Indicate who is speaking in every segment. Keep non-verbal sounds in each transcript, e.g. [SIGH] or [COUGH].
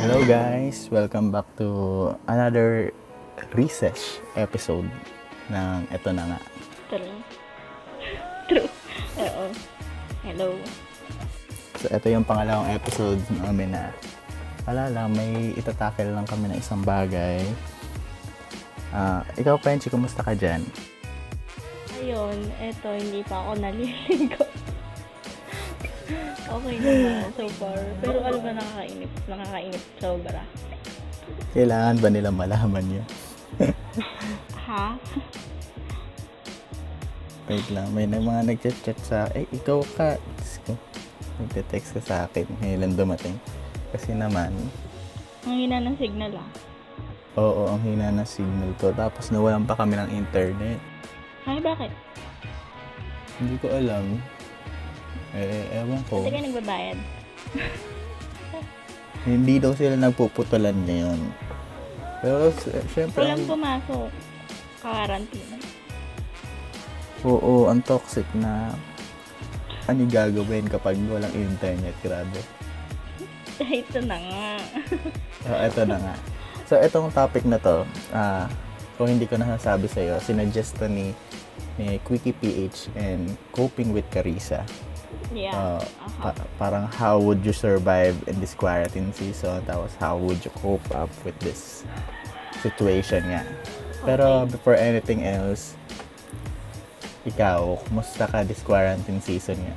Speaker 1: Hello guys! Welcome back to another Resesh episode ng Eto Na Nga.
Speaker 2: True. True. Oo. Hello.
Speaker 1: So ito yung pangalawang episode namin na wala lang, may itatakel lang kami ng isang bagay. Ah, ikaw, Penchi, kumusta ka dyan?
Speaker 2: Ayun, eto, hindi pa ako naliligo. [LAUGHS] okay naman so far. Pero alam na nakakainip. Nakakainip sobra.
Speaker 1: Kailangan ba nila malaman yun?
Speaker 2: Ha?
Speaker 1: Wait lang, may na mga nag-chat-chat sa, eh, ikaw ka. Diyos ko, Nagte-text ka sa akin ngayon dumating. Kasi naman,
Speaker 2: Ang hina ng signal ah.
Speaker 1: oo, ang hina na signal ko. Tapos nawalan pa kami ng internet.
Speaker 2: Ay, bakit?
Speaker 1: Hindi ko alam. Eh, ewan ko.
Speaker 2: Kasi ka nagbabayad.
Speaker 1: Hindi daw sila nagpuputulan ngayon. Pero, s- syempre,
Speaker 2: Walang
Speaker 1: ang-
Speaker 2: pumasok. Quarantine.
Speaker 1: oo, ang toxic na ano yung gagawin kapag walang internet, grabe.
Speaker 2: [LAUGHS] Ito na nga. [LAUGHS]
Speaker 1: So, eto na nga. So, etong topic na to, ah, kung hindi ko nasasabi sa'yo, sinuggest to ni, ni Quickie PH and Coping with Carissa.
Speaker 2: yeah.
Speaker 1: Uh,
Speaker 2: Aha.
Speaker 1: pa- parang how would you survive in this quarantine season? Tapos how would you cope up with this situation nga? Pero before anything else, ikaw, kumusta ka this quarantine season nga?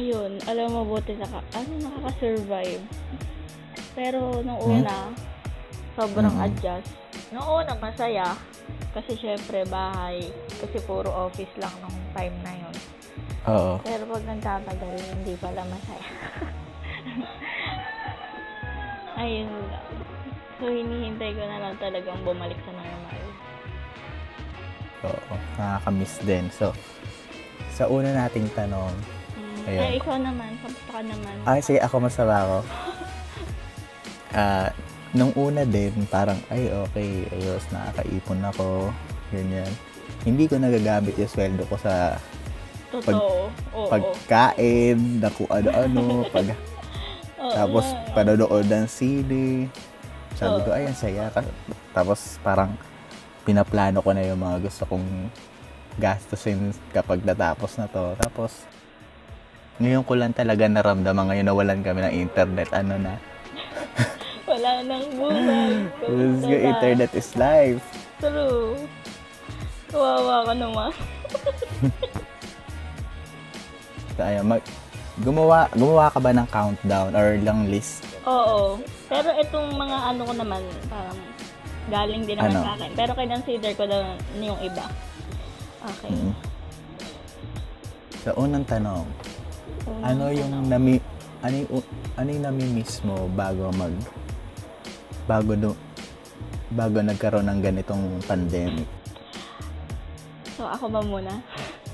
Speaker 2: ayun, alam mo buti naka, ano, nakaka-survive. Pero nung
Speaker 1: Hmm?
Speaker 2: una, sobrang
Speaker 1: Mm.
Speaker 2: adjust. Nung una, masaya. Kasi syempre, bahay. Kasi puro office lang nung time na yun.
Speaker 1: Oo.
Speaker 2: Pero pag nagtatagal, hindi pala masaya. [LAUGHS] ayun lang. So, hinihintay ko na lang talagang bumalik sa normal.
Speaker 1: Oo. Nakaka-miss din. So, sa una nating tanong,
Speaker 2: Mm.
Speaker 1: Ayun.
Speaker 2: Ay, ikaw naman. Kamusta ka naman?
Speaker 1: ay, sige, ako masama ako. Ah, nung una din, parang, ay, okay, ayos, nakakaipon ako, ganyan. Hindi ko nagagamit yung sweldo ko sa
Speaker 2: Totoo. Oo.
Speaker 1: pagkain, na kung ano-ano, pag,
Speaker 2: [LAUGHS] Oo
Speaker 1: tapos
Speaker 2: nga.
Speaker 1: panonood ng sine. Sabi
Speaker 2: Oo.
Speaker 1: ko, ay, ang saya. Ka- Tapos parang pinaplano ko na yung mga gusto kong gastusin kapag natapos na to. Tapos, ngayon ko lang talaga naramdaman ngayon nawalan kami ng internet. Ano na?
Speaker 2: Wala nang
Speaker 1: [LAUGHS]
Speaker 2: buhay.
Speaker 1: Because
Speaker 2: Wala.
Speaker 1: internet is life.
Speaker 2: True. Kawawa ka naman.
Speaker 1: So, ayun, mag- gumawa, gumawa ka ba ng countdown or lang list?
Speaker 2: Oo. Pero itong mga ano ko naman, parang galing din naman
Speaker 1: Ano?
Speaker 2: sa akin. Pero kinonsider ko daw yung iba. Okay.
Speaker 1: Mm. So, unang tanong,
Speaker 2: Unang
Speaker 1: Ano yung nami ano yung, ano yung nami-miss mo bago mag bago do, bago nagkaroon ng ganitong pandemic?
Speaker 2: So, ako ba muna?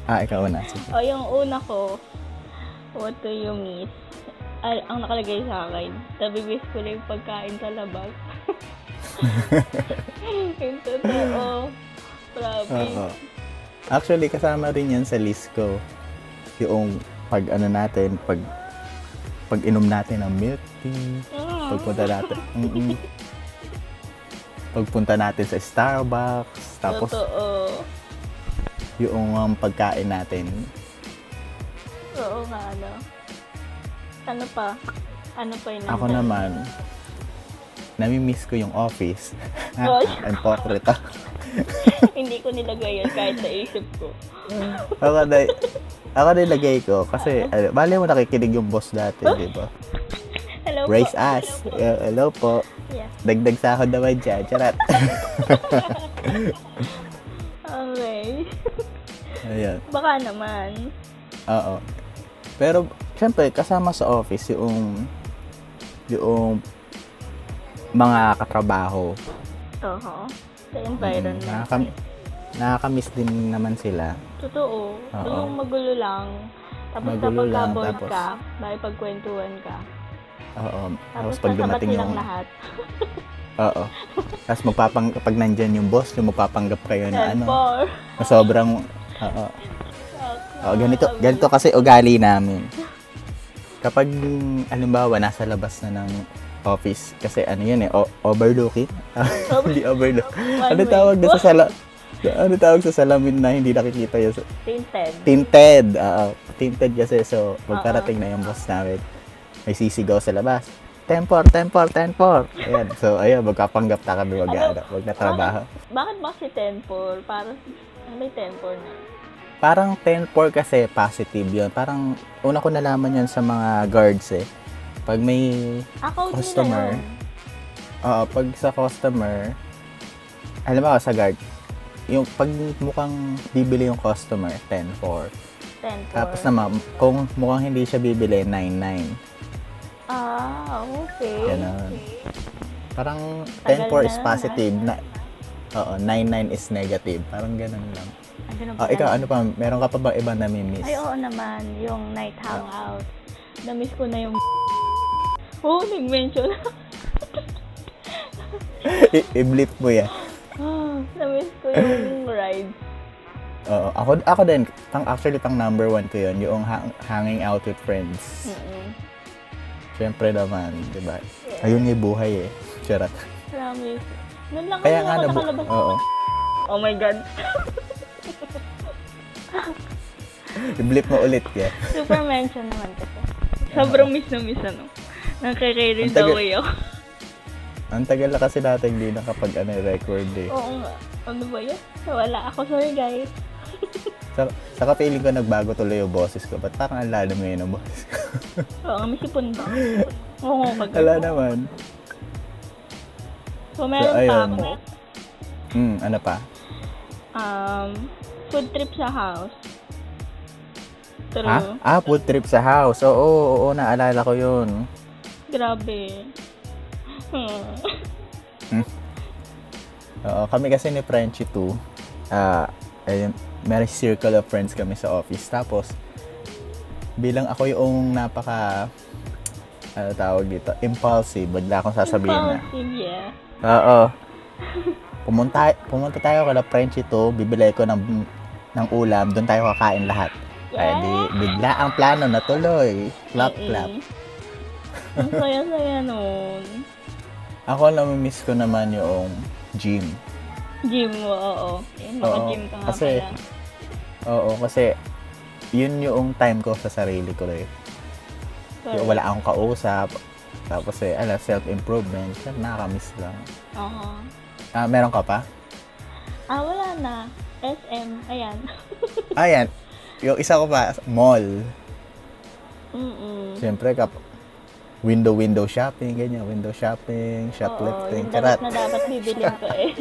Speaker 1: Ah, ikaw na. Sige.
Speaker 2: O, yung una ko, what do you miss? Al- ang nakalagay sa akin, nabibis ko lang yung pagkain sa
Speaker 1: [LAUGHS]
Speaker 2: labas. yung
Speaker 1: [LAUGHS]
Speaker 2: totoo. Grabe.
Speaker 1: Oo. Actually, kasama rin yan sa list ko. Yung pag ano natin, pag pag inom natin ng milk tea,
Speaker 2: Ah.
Speaker 1: pagpunta natin, mm pagpunta natin sa Starbucks, tapos
Speaker 2: Ah, Totoo.
Speaker 1: yung um, pagkain natin.
Speaker 2: Oo nga, ano. Ano pa? Ano pa yun?
Speaker 1: Ako naman, nami-miss ko yung office. [LAUGHS]
Speaker 2: Oy.
Speaker 1: Ang pokreta.
Speaker 2: [LAUGHS] Hindi ko nilagay yun kahit sa isip ko.
Speaker 1: ako na, ako na ilagay ko kasi, ano, bali mo nakikinig yung boss dati, di ba?
Speaker 2: Hello
Speaker 1: Raise
Speaker 2: po.
Speaker 1: us. Eh, Hello po.
Speaker 2: Yeah.
Speaker 1: Dagdag sahod naman dyan. Charat.
Speaker 2: Okay.
Speaker 1: [LAUGHS]
Speaker 2: [LAUGHS]
Speaker 1: Ayan.
Speaker 2: Baka naman.
Speaker 1: Oo. Pero, syempre, kasama sa office yung yung mga katrabaho.
Speaker 2: Oo. Sa
Speaker 1: Mm,
Speaker 2: environment.
Speaker 1: Nakakam- nakakamiss din naman sila.
Speaker 2: Totoo.
Speaker 1: Oo.
Speaker 2: Yung magulo lang. Tapos
Speaker 1: Magulo
Speaker 2: kapag
Speaker 1: lang,
Speaker 2: ka-bored
Speaker 1: tapos-
Speaker 2: ka, may pagkwentuhan ka.
Speaker 1: Oo. Tapos
Speaker 2: Tapos,
Speaker 1: pag
Speaker 2: sasabad
Speaker 1: dumating
Speaker 2: silang
Speaker 1: yung ano,
Speaker 2: lahat.
Speaker 1: Oo. Tapos magpapang pag nandyan yung boss, yung magpapanggap kayo na
Speaker 2: And
Speaker 1: ano, [LAUGHS]
Speaker 2: four.
Speaker 1: na sobrang oo. Oo, Oh, ganito
Speaker 2: Nakakaawa.
Speaker 1: ganito kasi ugali namin. Kapag halimbawa nasa labas na ng office. Kasi ano yun eh, o- overlooking? [LAUGHS] hindi overlook.
Speaker 2: One
Speaker 1: ano
Speaker 2: way.
Speaker 1: tawag na sa sala... ano tawag sa salamin na hindi nakikita yun? sa-
Speaker 2: Tinted.
Speaker 1: Tinted! Oo, tinted kasi. So, pagkarating na yung boss namin, may sisigaw sa labas. Tempor, tempor, tempor. Ayan. So, ayan, magkapanggap na kami wag, ano, wag na trabaho.
Speaker 2: Bakit, bakit ba si Tempor? Parang may Tempor na.
Speaker 1: Parang 10-4 kasi positive yun. Parang una ko nalaman yun sa mga guards eh. Pag may,
Speaker 2: Ako ano din
Speaker 1: Customer. oo, pag sa customer, alam mo sa guard, yung pag mukhang bibili yung customer, 10-4.
Speaker 2: Tempor.
Speaker 1: Tapos naman, kung mukhang hindi siya bibili, 9-9.
Speaker 2: Ah, okay.
Speaker 1: Ganon. Parang 10-4
Speaker 2: Tagal na
Speaker 1: is
Speaker 2: lang,
Speaker 1: positive. Na, oo, 9-9 is negative. Parang ganun lang.
Speaker 2: Ah, ganun
Speaker 1: Oh,
Speaker 2: pala.
Speaker 1: ikaw, ano pa? Meron ka pa bang ibang namimiss?
Speaker 2: Ay, oo naman. Yung night
Speaker 1: Ah.
Speaker 2: hangout. Namiss ko na yung [LAUGHS] Oo, nag-mention.
Speaker 1: [LAUGHS]
Speaker 2: [LAUGHS]
Speaker 1: I- I-blip mo yan.
Speaker 2: Ah, namiss ko
Speaker 1: [COUGHS]
Speaker 2: yung ride.
Speaker 1: Oo, ako, ako din, pang, actually pang number one ko yun, yung hang- hanging out with friends.
Speaker 2: Mm-mm.
Speaker 1: Siyempre naman, di ba?
Speaker 2: Yeah.
Speaker 1: Ayun yung buhay eh. Charot.
Speaker 2: Promise. Noon lang
Speaker 1: Kaya
Speaker 2: kaya
Speaker 1: nga
Speaker 2: ako
Speaker 1: nabu-
Speaker 2: nakalabas.
Speaker 1: Oo.
Speaker 2: Oh my God.
Speaker 1: I-blip mo ulit yan.
Speaker 2: Super mention naman kasi. Sobrang miss na miss ano. Nakaka-carry
Speaker 1: Ang tagal-
Speaker 2: away ako.
Speaker 1: Ang tagal na kasi natin hindi nakapag ano, record eh.
Speaker 2: Oo nga. Ano ba yun? Wala ako. Sorry guys.
Speaker 1: Sa, saka feeling ko nagbago tuloy yung boses ko. Ba't parang ang lalo ngayon ang boses ko?
Speaker 2: Oo, may sipon
Speaker 1: [LAUGHS]
Speaker 2: ba? Oo, pag
Speaker 1: Wala naman.
Speaker 2: So, meron
Speaker 1: So,
Speaker 2: pa
Speaker 1: ayun.
Speaker 2: ako.
Speaker 1: Hmm, ano pa?
Speaker 2: Um, food trip sa house. True.
Speaker 1: Ha? Ah, food trip sa house. Oo, oo, oo naalala ko yun.
Speaker 2: Grabe. Hmm.
Speaker 1: Oo, kami kasi ni Frenchie too. Ah, ayun, may circle of friends kami sa office. Tapos, bilang ako yung napaka, ano tawag dito, impulsive, bigla akong sasabihin na.
Speaker 2: Impulsive, yeah.
Speaker 1: Oo. Pumunta, pumunta tayo kala Frenchie to, bibili ko ng, ng ulam, doon tayo kakain lahat. Kaya di, bigla ang plano natuloy. Clap,
Speaker 2: Mm-mm.
Speaker 1: clap.
Speaker 2: Ang saya-saya nun.
Speaker 1: Ako namimiss ko naman yung gym.
Speaker 2: Gym mo, oo. Yun, Maka-gym ka nga
Speaker 1: kasi-
Speaker 2: pala.
Speaker 1: Oo, kasi yun yung time ko sa sarili ko eh.
Speaker 2: Correct.
Speaker 1: Yung wala akong kausap. Tapos eh, ala, self-improvement. Syempre, Nakakamiss lang.
Speaker 2: Oo.
Speaker 1: Ah, meron ka
Speaker 2: [LAUGHS]
Speaker 1: pa?
Speaker 2: Ah, wala na. SM, ayan.
Speaker 1: Ayan. Ah, Yung isa ko pa, mall.
Speaker 2: Mm-mm.
Speaker 1: Siyempre, kap window-window shopping, ganyan. Window shopping, shoplifting,
Speaker 2: Oo, yung
Speaker 1: karat.
Speaker 2: damit na dapat bibilin ko
Speaker 1: [LAUGHS]
Speaker 2: eh.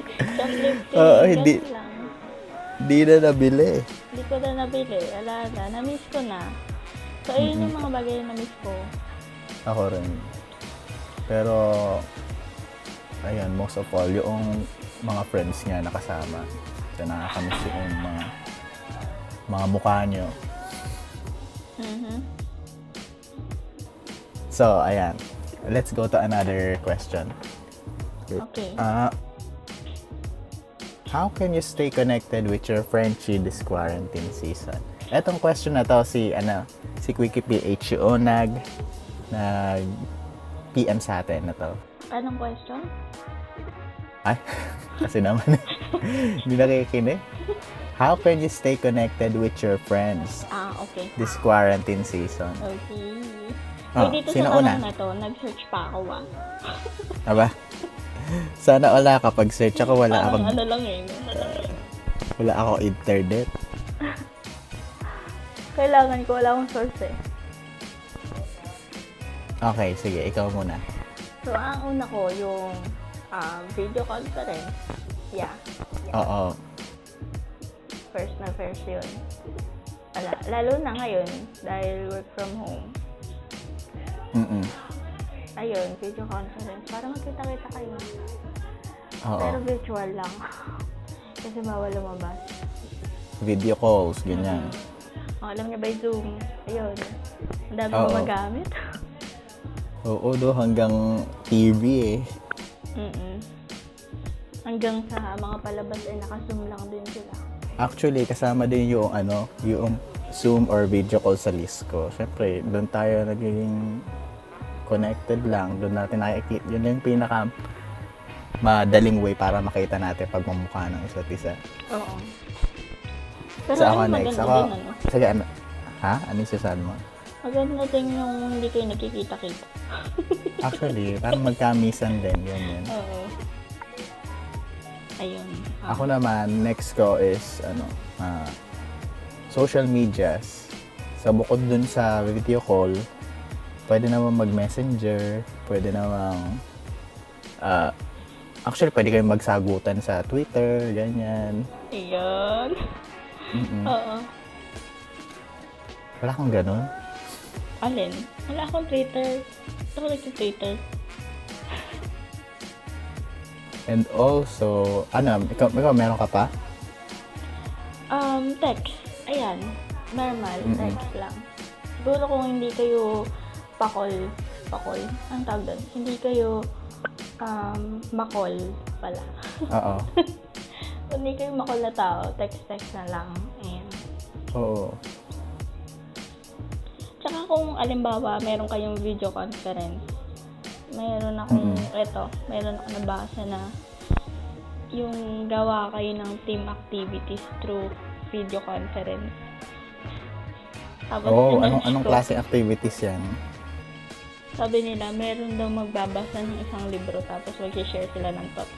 Speaker 2: shoplifting,
Speaker 1: Oo,
Speaker 2: Oo,
Speaker 1: hindi.
Speaker 2: hindi. lang.
Speaker 1: Di na nabili.
Speaker 2: Hindi ko na nabili. Ala na, na-miss ko na. So, ayun yung mga bagay na na-miss ko.
Speaker 1: Ako rin. Pero, ayan, most of all, yung mga friends niya nakasama. So, nakakamiss yung mga, mga mukha niyo.
Speaker 2: Mhm.
Speaker 1: So, ayan. Let's go to another question.
Speaker 2: Okay.
Speaker 1: Uh, how can you stay connected with your Frenchie this quarantine season? Etong question na to si, ano, si Quickie PH yung nag, nag PM sa atin na to.
Speaker 2: Anong question?
Speaker 1: Ay, [LAUGHS] kasi naman, [LAUGHS] hindi nakikinig. How can you stay connected with your friends
Speaker 2: Ah, okay.
Speaker 1: this quarantine season?
Speaker 2: Okay.
Speaker 1: Ah,
Speaker 2: Ay, dito
Speaker 1: sino
Speaker 2: sa
Speaker 1: una?
Speaker 2: tanong na to, nag-search pa ako ah.
Speaker 1: Aba, [LAUGHS] sana wala ka pag search ako, wala
Speaker 2: Parang
Speaker 1: akong,
Speaker 2: ano lang eh. ano lang eh.
Speaker 1: wala akong internet.
Speaker 2: Kailangan ko, wala akong source eh.
Speaker 1: Okay, sige, ikaw muna.
Speaker 2: So, ang una ko, yung ah, video conference. Yeah,
Speaker 1: Oo.
Speaker 2: first na first yun. Ala, lalo na ngayon, dahil work from home.
Speaker 1: Mm-mm.
Speaker 2: Ayun, video conference. Para magkita-kita kayo.
Speaker 1: Oo.
Speaker 2: Pero virtual lang. [LAUGHS] Kasi bawal lumabas.
Speaker 1: Video calls, ganyan.
Speaker 2: Oh, alam niya ba yung Zoom? Ayun. Ang dami
Speaker 1: Oo.
Speaker 2: mo magamit. [LAUGHS]
Speaker 1: Oo, do, hanggang TV eh.
Speaker 2: Mm-mm. Hanggang sa mga palabas ay naka-zoom lang din sila.
Speaker 1: Actually, kasama din yung ano, yung Zoom or video call sa list ko. Siyempre, doon tayo nagiging connected lang, doon natin nakikita. Yun yung pinaka madaling way para makita natin pagmamukha ng isa't isa.
Speaker 2: Oo. Pero
Speaker 1: Sa
Speaker 2: ano,
Speaker 1: ako
Speaker 2: maganda
Speaker 1: next. Ako,
Speaker 2: din, ano?
Speaker 1: sige, ano? Ha? Ano yung sasabi mo?
Speaker 2: Maganda din yung hindi kayo nakikita-kita.
Speaker 1: Actually, parang magkamisan din. Yun, yun.
Speaker 2: Oo. Ayun. Ah,
Speaker 1: Ako naman, next ko is, ano, ah, social medias. Sa bukod dun sa video call, pwede naman mag-messenger, pwede naman, ah, actually, pwede kayong magsagutan sa Twitter, ganyan.
Speaker 2: Ayun.
Speaker 1: Mm-mm.
Speaker 2: Oo.
Speaker 1: Wala kang ganun.
Speaker 2: Alin? Wala akong Twitter. Hindi ako nag-Twitter.
Speaker 1: And also, ano, ikaw, ikaw meron ka pa?
Speaker 2: Um, text. Ayan. Normal.
Speaker 1: Mm-mm.
Speaker 2: Text lang. Siguro kung hindi kayo pakol, pakol, ang tawag doon, hindi kayo um, makol pala.
Speaker 1: Oo.
Speaker 2: Kung hindi kayo makol na tao, text-text na lang. Ayan.
Speaker 1: Oo.
Speaker 2: Tsaka kung alimbawa, meron kayong video conference, meron akong, eto, meron ako nabasa na yung gawa kayo ng team activities through video conference. Tapos,
Speaker 1: Oo,
Speaker 2: sinerch
Speaker 1: Oh, anong, anong
Speaker 2: Ano ko,
Speaker 1: klase activities yan?
Speaker 2: Sabi nila, meron daw magbabasa ng isang libro tapos mag-share sila ng thoughts.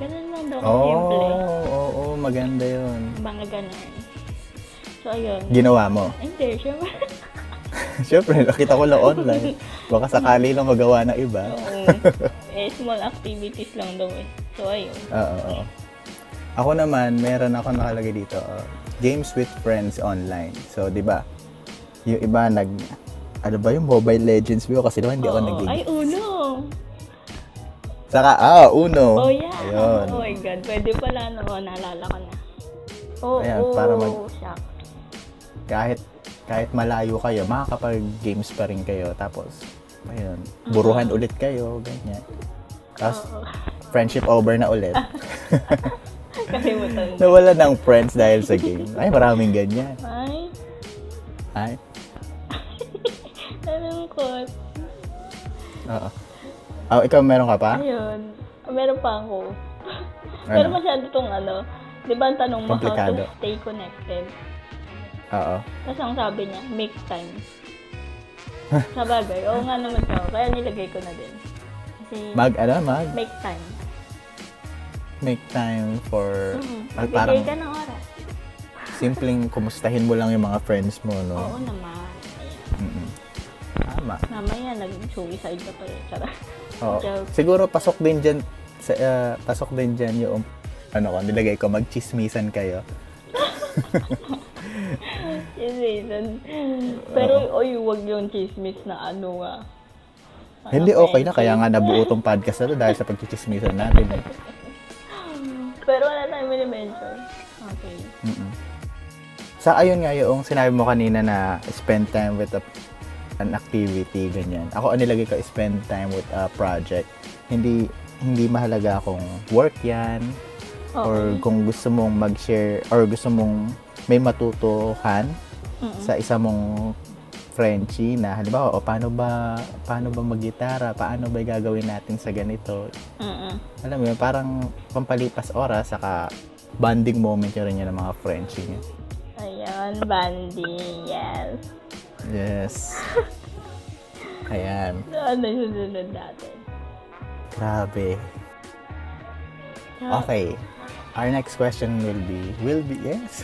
Speaker 2: Ganun lang daw
Speaker 1: Oo,
Speaker 2: kasimple.
Speaker 1: oo, oo, maganda yun.
Speaker 2: Mga ganun. So, ayun.
Speaker 1: Ginawa mo?
Speaker 2: Hindi,
Speaker 1: [LAUGHS]
Speaker 2: syempre.
Speaker 1: Siyempre, nakita ko lang online. Baka sakali lang magawa ng iba.
Speaker 2: Oo. eh, small activities lang daw eh. So, ayun.
Speaker 1: Oo, oo. Ako naman, meron ako nakalagay dito. uh, games with friends online. So, di ba? Yung iba nag... Ano ba yung Mobile Legends view? Kasi naman hindi ako
Speaker 2: Oo. Oh, Ay,
Speaker 1: nagiging.
Speaker 2: uno!
Speaker 1: Saka, ah, Uno.
Speaker 2: Oh, yeah.
Speaker 1: Ayun.
Speaker 2: Oh my God. Pwede pala, no? Oh, naalala ko na. Oh, Oo,
Speaker 1: Ayan,
Speaker 2: oo,
Speaker 1: para mag-
Speaker 2: shucks.
Speaker 1: Kahit, kahait malayo kayo, makakapag-games pa rin kayo. Tapos, ayun. Buruhan ulit kayo. Ganyan. Tapos,
Speaker 2: Mm-hmm. Oo.
Speaker 1: friendship over na
Speaker 2: [LAUGHS]
Speaker 1: ulit.
Speaker 2: Kalimutan.
Speaker 1: [LAUGHS]
Speaker 2: mo.
Speaker 1: Nawala ng friends dahil sa game. Ay, maraming ganyan.
Speaker 2: Ay,
Speaker 1: Ay,
Speaker 2: nalungkot.
Speaker 1: Oo. Oh, ikaw meron ka pa?
Speaker 2: Ayun. Meron pa ako. [LAUGHS]
Speaker 1: Ano?
Speaker 2: Pero masyado tong ano. Di ba ang tanong mo, how to
Speaker 1: Komplikado.
Speaker 2: stay connected?
Speaker 1: Oo.
Speaker 2: Tapos ang sabi niya, make time. sa bagay, oo nga naman daw. Kaya nilagay ko na din. Kasi,
Speaker 1: Mag, ano, mag,
Speaker 2: make time.
Speaker 1: make time for,
Speaker 2: Mhm.
Speaker 1: mag
Speaker 2: Bigay
Speaker 1: parang,
Speaker 2: ka ng oras.
Speaker 1: simpleng kumustahin mo lang yung mga friends mo,
Speaker 2: Oo
Speaker 1: no?
Speaker 2: naman. Ayan.
Speaker 1: Mm-mm. Tama.
Speaker 2: Mamaya, nag-suicide ka pala. [LAUGHS] Charot.
Speaker 1: Oo.
Speaker 2: Joke.
Speaker 1: Siguro, pasok din dyan, sa, ah, pasok din dyan yung, ano ko, nilagay ko, magchismisan kayo.
Speaker 2: Yes, reason. Pero, oy, wag yung chismis na ano nga. Ah,
Speaker 1: Hindi okay na, kaya nga nabuo tong podcast na to dahil sa pagchichismisan natin. Eh.
Speaker 2: Pero wala tayong minimension. Okay.
Speaker 1: Mm-mm. Sa ayun nga yung sinabi mo kanina na spend time with a, an activity, ganyan. Ako, ang nilagay ko, spend time with a project. Hindi hindi mahalaga kung work yan or kung gusto mong mag-share or gusto mong may matutuhan
Speaker 2: Mm-mm.
Speaker 1: sa isa mong Frenchie na halimbawa o paano ba paano ba maggitara paano ba gagawin natin sa ganito
Speaker 2: Mm-mm.
Speaker 1: alam mo yun, parang pampalipas oras saka bonding moment yun rin yun ng mga Frenchie niya
Speaker 2: Ayan, Bandy. Yes.
Speaker 1: Yes. Ayan.
Speaker 2: So, ano yung susunod natin?
Speaker 1: Grabe.
Speaker 2: Ah.
Speaker 1: Okay. Our next question will be, will be, yes?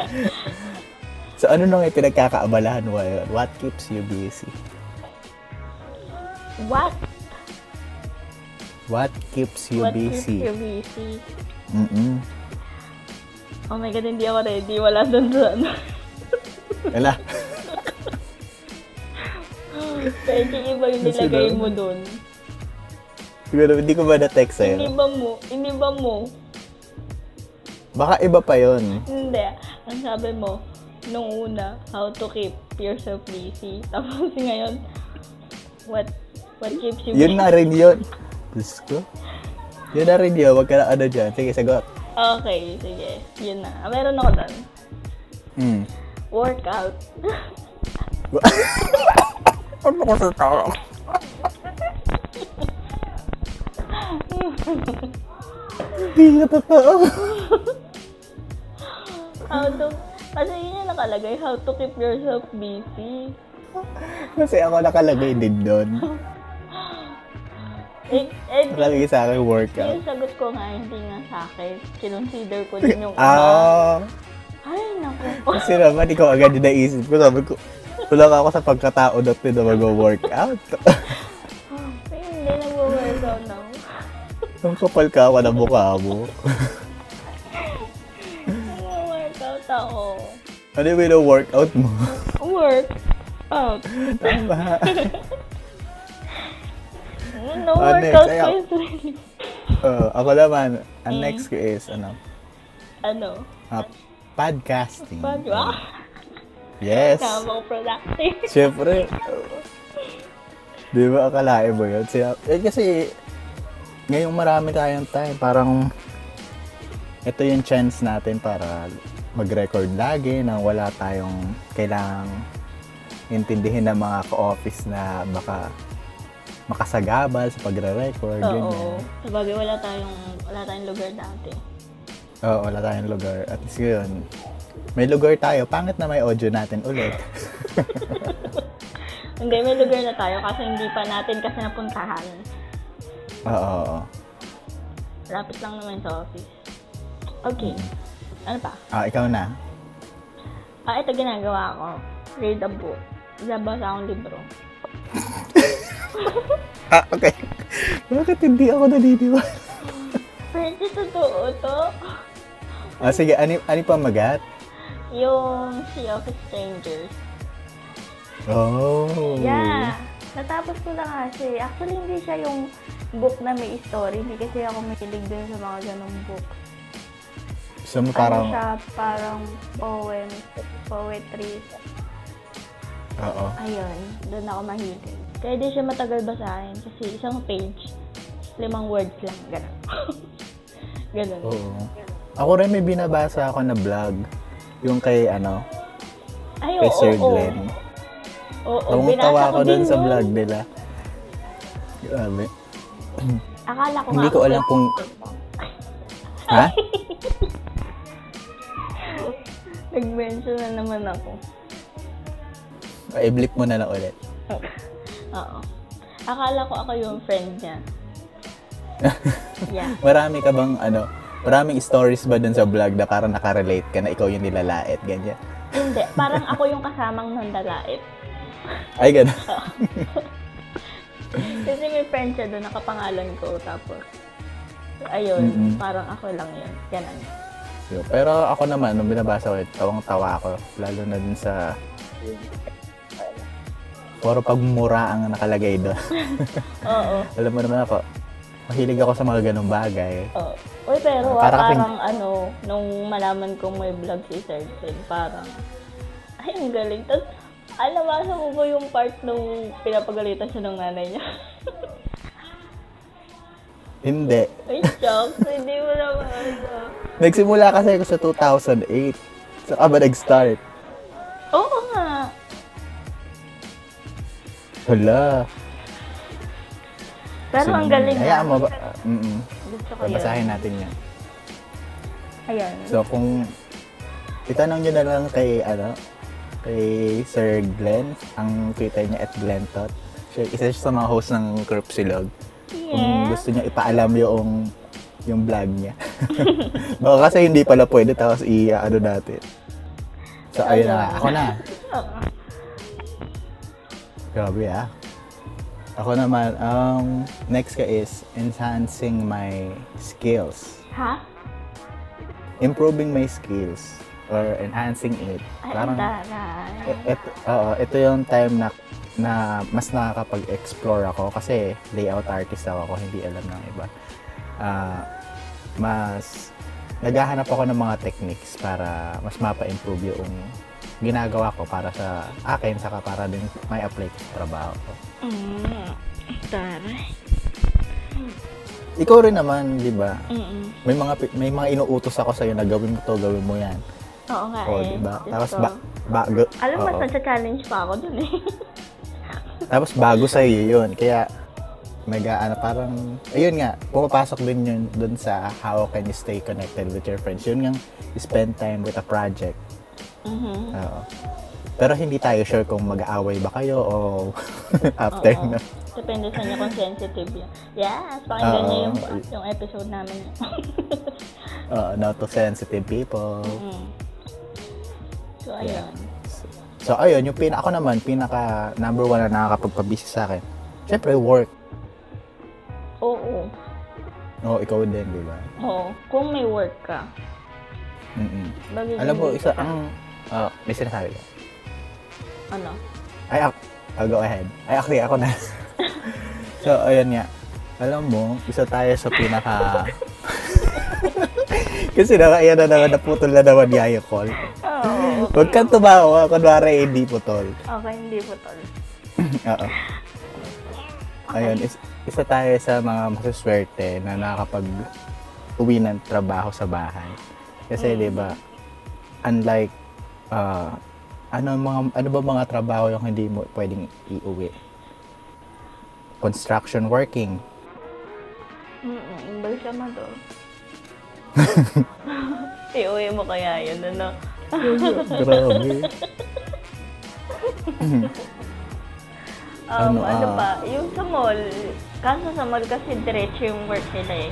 Speaker 1: [LAUGHS] so, ano nang pinagkakaabalahan mo ngayon? What keeps you busy?
Speaker 2: What?
Speaker 1: What keeps you
Speaker 2: What keeps you
Speaker 1: busy?
Speaker 2: busy?
Speaker 1: Mm-mm.
Speaker 2: Oh my God, hindi ako ready. Wala doon sa ano.
Speaker 1: [LAUGHS] Ala.
Speaker 2: Pwede iba yung nilagay mo doon.
Speaker 1: [LAUGHS] Siguro, hindi ko ba na-text
Speaker 2: Hindi
Speaker 1: sa'yo?
Speaker 2: ba mo? Hindi ba mo?
Speaker 1: Baka iba pa yon.
Speaker 2: Hindi. Ang sabi mo, nung una, how to keep yourself busy. [LAUGHS] Tapos ngayon, what what keeps you
Speaker 1: Yun
Speaker 2: busy?
Speaker 1: na rin yun. Diyos ko. Yun na rin yun. Huwag ka na ano dyan. Sige, sagot.
Speaker 2: Okay, sige. Yun na. Ah, Meron ako doon.
Speaker 1: Mm.
Speaker 2: [LAUGHS] Workout.
Speaker 1: Ano ko sa tao? Hindi na totoo.
Speaker 2: How to, kasi yun yung nakalagay, how to keep yourself busy.
Speaker 1: Kasi ako nakalagay din doon.
Speaker 2: Eh, eh,
Speaker 1: Nakalagay sa akin workout.
Speaker 2: yung sagot ko nga, hindi nga sa akin. Kinonsider ko din yung una.
Speaker 1: [LAUGHS] Ah,
Speaker 2: Ay, naku.
Speaker 1: kasi naman ikaw agad yung naisip ko. Sabi ko, kulang ako sa pagkatao na na mag-workout.
Speaker 2: [LAUGHS] Ay, hindi nagwo-workout na ako.
Speaker 1: [LAUGHS] Ang kapal ka ako ng mukha mo. [LAUGHS]
Speaker 2: Nagwo-workout ako.
Speaker 1: Ano yung workout mo? [LAUGHS]
Speaker 2: Work. Out.
Speaker 1: Tama.
Speaker 2: No
Speaker 1: Oh, next,
Speaker 2: workout
Speaker 1: ayaw.
Speaker 2: ko is really.
Speaker 1: Oo, Uh, ako naman, ang next ko is, ano,
Speaker 2: Ano?
Speaker 1: ah, podcasting.
Speaker 2: Pag, ah,
Speaker 1: Yes.
Speaker 2: tama ko productive.
Speaker 1: Siyempre. Di ba akalain mo yun? Siya, eh, kasi ngayong marami tayong time. Parang ito yung chance natin para mag-record lagi na wala tayong kailangang intindihin ng mga ka-office na baka makasagabal sa pagre-record. ganyan.
Speaker 2: Oo. Sabagay, wala tayong, wala tayong lugar dati.
Speaker 1: Oo, wala tayong lugar. At least yun, may lugar tayo. Pangit na may audio natin
Speaker 2: [LAUGHS]
Speaker 1: ulit.
Speaker 2: Hindi, may lugar na tayo kasi hindi pa natin kasi napuntahan.
Speaker 1: Oo.
Speaker 2: Lapit lang naman sa office. Okay. Ano pa?
Speaker 1: Ah, ikaw na.
Speaker 2: Ah, ito ginagawa ko. Read a book. Zabasa akong libro.
Speaker 1: Ah, okay. [LAUGHS] Bakit hindi ako naniniwala?
Speaker 2: Pwede totoo to.
Speaker 1: [LAUGHS]
Speaker 2: [LAUGHS]
Speaker 1: Ah, sige, ani, ani pa magat?
Speaker 2: Yung Sea of Strangers.
Speaker 1: Oh.
Speaker 2: Yeah. Natapos ko na kasi. Actually, hindi siya yung book na may story. Hindi kasi ako mahilig dun sa mga ganong book.
Speaker 1: So,
Speaker 2: Parang...
Speaker 1: parang,
Speaker 2: Ano siya, parang poem, poetry.
Speaker 1: oo.
Speaker 2: Ayun, doon ako mahilig. Kaya di siya matagal basahin kasi isang page, limang words lang, ganun. [LAUGHS] ganun.
Speaker 1: Oo. Ako rin may binabasa ako na vlog. Yung kay, ano,
Speaker 2: Ay, oo,
Speaker 1: kay Sir
Speaker 2: oo,
Speaker 1: Glenn.
Speaker 2: oo.
Speaker 1: Oh,
Speaker 2: binasa
Speaker 1: Tawang-tawa ako dun sa
Speaker 2: yun.
Speaker 1: vlog nila. Grabe.
Speaker 2: Akala ko
Speaker 1: Hindi
Speaker 2: nga
Speaker 1: ko alam kung- Ha?
Speaker 2: [LAUGHS] Nag-mention na naman ako. [LAUGHS]
Speaker 1: Ay, i-blip mo na lang ulit.
Speaker 2: Oo. Akala ko ako yung friend
Speaker 1: [LAUGHS]
Speaker 2: niya. yeah.
Speaker 1: Marami ka bang, ano, maraming stories ba dun sa vlog na parang nakarelate ka na ikaw yung nilalait, ganyan?
Speaker 2: Hindi, parang ako yung kasamang nandalait.
Speaker 1: Ay, gano'n.
Speaker 2: Kasi may friend siya doon, nakapangalan ko. Tapos, ayun, parang ako lang yun. Ganun.
Speaker 1: So, pero ako naman, nung binabasa ko, yun, tawang-tawa ako. Lalo na dun sa... Puro pagmura ang nakalagay doon. [LAUGHS]
Speaker 2: Oo.
Speaker 1: Alam mo naman ako, mahilig ako sa mga ganong bagay.
Speaker 2: Oo. Uy, pero ah,
Speaker 1: Para
Speaker 2: parang,
Speaker 1: kasing-
Speaker 2: ano, nung malaman ko may vlog si Sir Jen, parang, ay, ang galing. Tapos, alam mo, mo ba yung part nung pinapagalitan siya ng nanay niya? [LAUGHS]
Speaker 1: Hindi.
Speaker 2: ay, shocks. Hindi mo naman. ano.
Speaker 1: Nagsimula kasi ako sa 2008. Saka ba nag-start?
Speaker 2: Oo nga.
Speaker 1: Hala.
Speaker 2: Pero ang galing
Speaker 1: na.
Speaker 2: na.
Speaker 1: Hayaan mo ba? Mm-mm.
Speaker 2: Gusto ko
Speaker 1: Babasahin
Speaker 2: yun.
Speaker 1: natin yan.
Speaker 2: Ayan.
Speaker 1: So, kung itanong nyo na lang kay, ano, kay Sir Glenn, ang Twitter niya at Glenn Tot. Siya, isa siya sa mga host ng Curb Silog. Kung
Speaker 2: Yeah.
Speaker 1: gusto niya ipaalam yung yung vlog niya. [LAUGHS] Baka kasi hindi pala pwede tapos i-ano natin. So, ayun na nga. Ako na.
Speaker 2: Oo.
Speaker 1: Grabe ah. Ako naman, um, next ka is enhancing my skills.
Speaker 2: Ha?
Speaker 1: Improving my skills or enhancing it.
Speaker 2: Ay, ang taray.
Speaker 1: ito, ito yung time na na mas nakakapag-explore ako kasi layout artist ako, ako hindi alam ng iba. Ah, mas naghahanap ako ng mga techniques para mas mapa-improve yung ginagawa ko para sa akin saka para din may apply ko sa trabaho ko.
Speaker 2: Mm. Taray.
Speaker 1: Ikaw rin naman, 'di ba?
Speaker 2: Mm-mm.
Speaker 1: May mga pi- may mga inuutos ako sa iyo na gawin mo 'to, gawin mo 'yan.
Speaker 2: Oo nga
Speaker 1: O,
Speaker 2: eh.
Speaker 1: 'di diba? ba?
Speaker 2: Gusto.
Speaker 1: Tapos ba, ba- ga-
Speaker 2: Alam mo,
Speaker 1: oo.
Speaker 2: sa challenge pa ako dun eh.
Speaker 1: Tapos bago sa iyo yun. Kaya nag ano, parang, ayun nga, pumapasok din yun dun sa how can you stay connected with your friends. Yun nga, spend time with a project.
Speaker 2: Mhm.
Speaker 1: Oo. Pero hindi tayo sure kung mag-aaway ba kayo o [LAUGHS] after
Speaker 2: Oo.
Speaker 1: na.
Speaker 2: Depende sa inyo kung sensitive yun. Yes, pakinggan niyo yung,
Speaker 1: Oo.
Speaker 2: yung episode namin. [LAUGHS]
Speaker 1: Oo, not to sensitive people.
Speaker 2: mm. So,
Speaker 1: Yeah.
Speaker 2: ayun.
Speaker 1: So, ayun, yung pin ako naman, pinaka number one na nakakapagpabisi sa akin. Siyempre, work.
Speaker 2: Oo.
Speaker 1: Oo, ikaw din, di ba?
Speaker 2: Oo. Kung may work ka,
Speaker 1: Mm-mm.
Speaker 2: magiging
Speaker 1: Alam mo,
Speaker 2: busy
Speaker 1: isa
Speaker 2: ka.
Speaker 1: ang... ah may sinasabi ka.
Speaker 2: Ano?
Speaker 1: Ay, ako. Oh, go ahead. Ay, actually, ako na. so, ayun nga. Alam mo, isa tayo sa pinaka... [LAUGHS] Kasi nakaiyan na naman, naputol na naman niya yung call. [LAUGHS]
Speaker 2: Oo.
Speaker 1: Huwag kang tumawa, kunwari hindi putol.
Speaker 2: Okay, hindi po tol.
Speaker 1: Oo. Ayun, is- isa tayo sa mga masaswerte na nakakapag uwi ng trabaho sa bahay. Kasi, di ba, unlike, ah, ano, mga, ano ba mga trabaho yung hindi mo pwedeng iuwi? Construction working.
Speaker 2: Mm-mm, balsa mo
Speaker 1: [LAUGHS]
Speaker 2: to. [LAUGHS] Iuwi mo kaya yun, ano?
Speaker 1: Grabe.
Speaker 2: Um,
Speaker 1: Ano,
Speaker 2: ano,
Speaker 1: ah?
Speaker 2: pa? Yung sa mall, kaso sa mall kasi diretso yung work nila eh.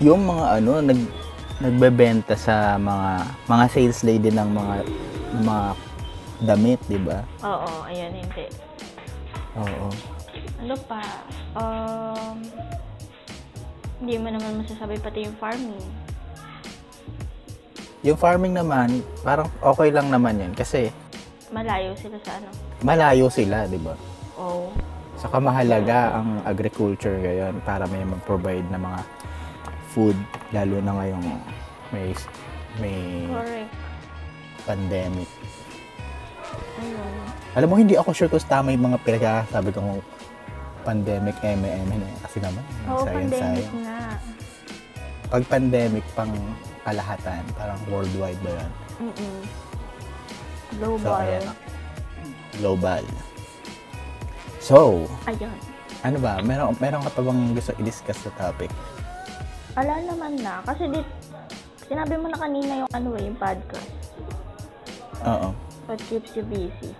Speaker 1: Yung mga ano, nag, nagbebenta sa mga mga sales lady ng mga ng mga damit, di ba?
Speaker 2: Oo, ayun, hindi.
Speaker 1: Oo.
Speaker 2: Ano pa? Um, hindi mo naman masasabi pati yung farming.
Speaker 1: Yung farming naman, parang okay lang naman yan kasi
Speaker 2: Malayo sila sa ano.
Speaker 1: malayo sila, di ba?
Speaker 2: Oo.
Speaker 1: Oh. Saka mahalaga ang agriculture ngayon para may mag-provide ng mga food, lalo na ngayong may, may
Speaker 2: Correct.
Speaker 1: pandemic.
Speaker 2: Ayun.
Speaker 1: Alam mo, hindi ako sure kung tama yung mga ah, pinagkakasabi kong pandemic, M&M, na yan. kasi naman,
Speaker 2: Oo,
Speaker 1: science,
Speaker 2: pandemic
Speaker 1: science.
Speaker 2: nga.
Speaker 1: Pag pandemic, pang kalahatan, parang worldwide ba yan?
Speaker 2: Mm-mm. Global.
Speaker 1: So, ayan. Global. So,
Speaker 2: Ayun.
Speaker 1: Ano ba? Meron, meron ka pa bang gusto i-discuss sa topic?
Speaker 2: Wala naman na. Kasi di, sinabi mo na kanina yung ano eh, yung podcast.
Speaker 1: Oo.
Speaker 2: What keeps you busy?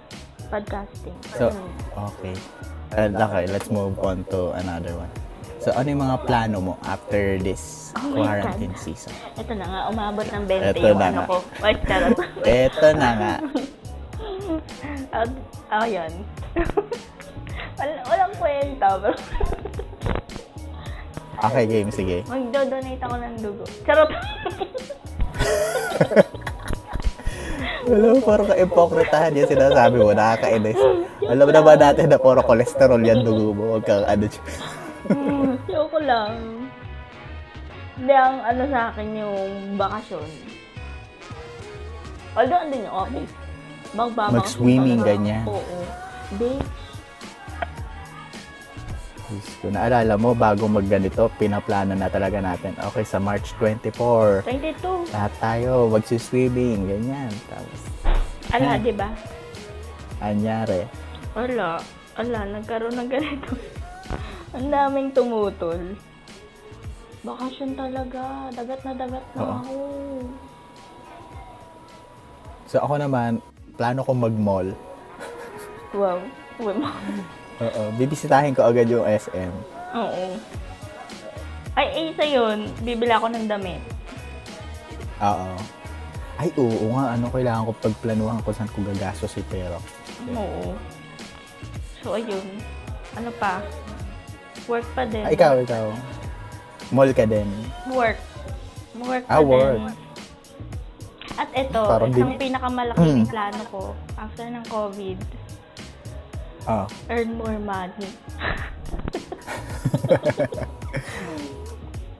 Speaker 2: Podcasting. Mm.
Speaker 1: So,
Speaker 2: Ayun.
Speaker 1: okay. And okay, let's move on to another one. So, ano yung mga plano mo after this
Speaker 2: Oh my
Speaker 1: quarantine season?
Speaker 2: Ito na nga, umabot ng 20
Speaker 1: Ito
Speaker 2: yung
Speaker 1: na
Speaker 2: ano
Speaker 1: nga.
Speaker 2: ko. Ay, charot.
Speaker 1: Eto na nga.
Speaker 2: At, oh, yun. [LAUGHS] Wal- walang kwenta. bro.
Speaker 1: Okay, game. Sige.
Speaker 2: [LAUGHS] Magdo-donate ako ng dugo. Charot. [LAUGHS]
Speaker 1: Alam mo, parang ka-ipokritahan yung sinasabi mo. Nakakainis. Alam naman natin na puro kolesterol yan dugo mo. Huwag kang ano.
Speaker 2: Hmm, Ayoko lang. Hindi, ang ano sa akin yung bakasyon. Although, andun yung office. Magbabakasyon.
Speaker 1: Mag-swimming,
Speaker 2: talaga.
Speaker 1: ganyan.
Speaker 2: Oo. Bitch,
Speaker 1: Diyos ko, Naalala mo, bago magganito, pinaplano na talaga natin. Okay, sa March 24.
Speaker 2: 22.
Speaker 1: Lahat tayo, magsiswimming, ganyan. Tapos,
Speaker 2: Ala, Ano, di ba?
Speaker 1: anyari.
Speaker 2: Wala. Wala, nagkaroon ng ganito. Ang daming tumutol. Bakasyon talaga. Dagat na dagat na
Speaker 1: Oo.
Speaker 2: ako.
Speaker 1: So, ako naman, plano kong mag-mall.
Speaker 2: Wow. Uwi mo.
Speaker 1: Oo, bibisitahin ko agad yung SM.
Speaker 2: [LAUGHS] Oo. Ay, ay, isa yun. Bibila ako ng damit.
Speaker 1: Oo. Ay, oo nga, ano kailangan ko pagplanuhan kung saan ko gagastos si pero.
Speaker 2: Oo. So, ayun. Ano pa? Work pa din.
Speaker 1: Ay, Ah, ikaw, ikaw. Mall ka din.
Speaker 2: Work. Work
Speaker 1: Ah,
Speaker 2: pa
Speaker 1: work.
Speaker 2: din. At ito,
Speaker 1: Parang
Speaker 2: isang
Speaker 1: din- Mm.
Speaker 2: pinakamalaking plano ko after ng COVID,
Speaker 1: Oo.
Speaker 2: earn more money.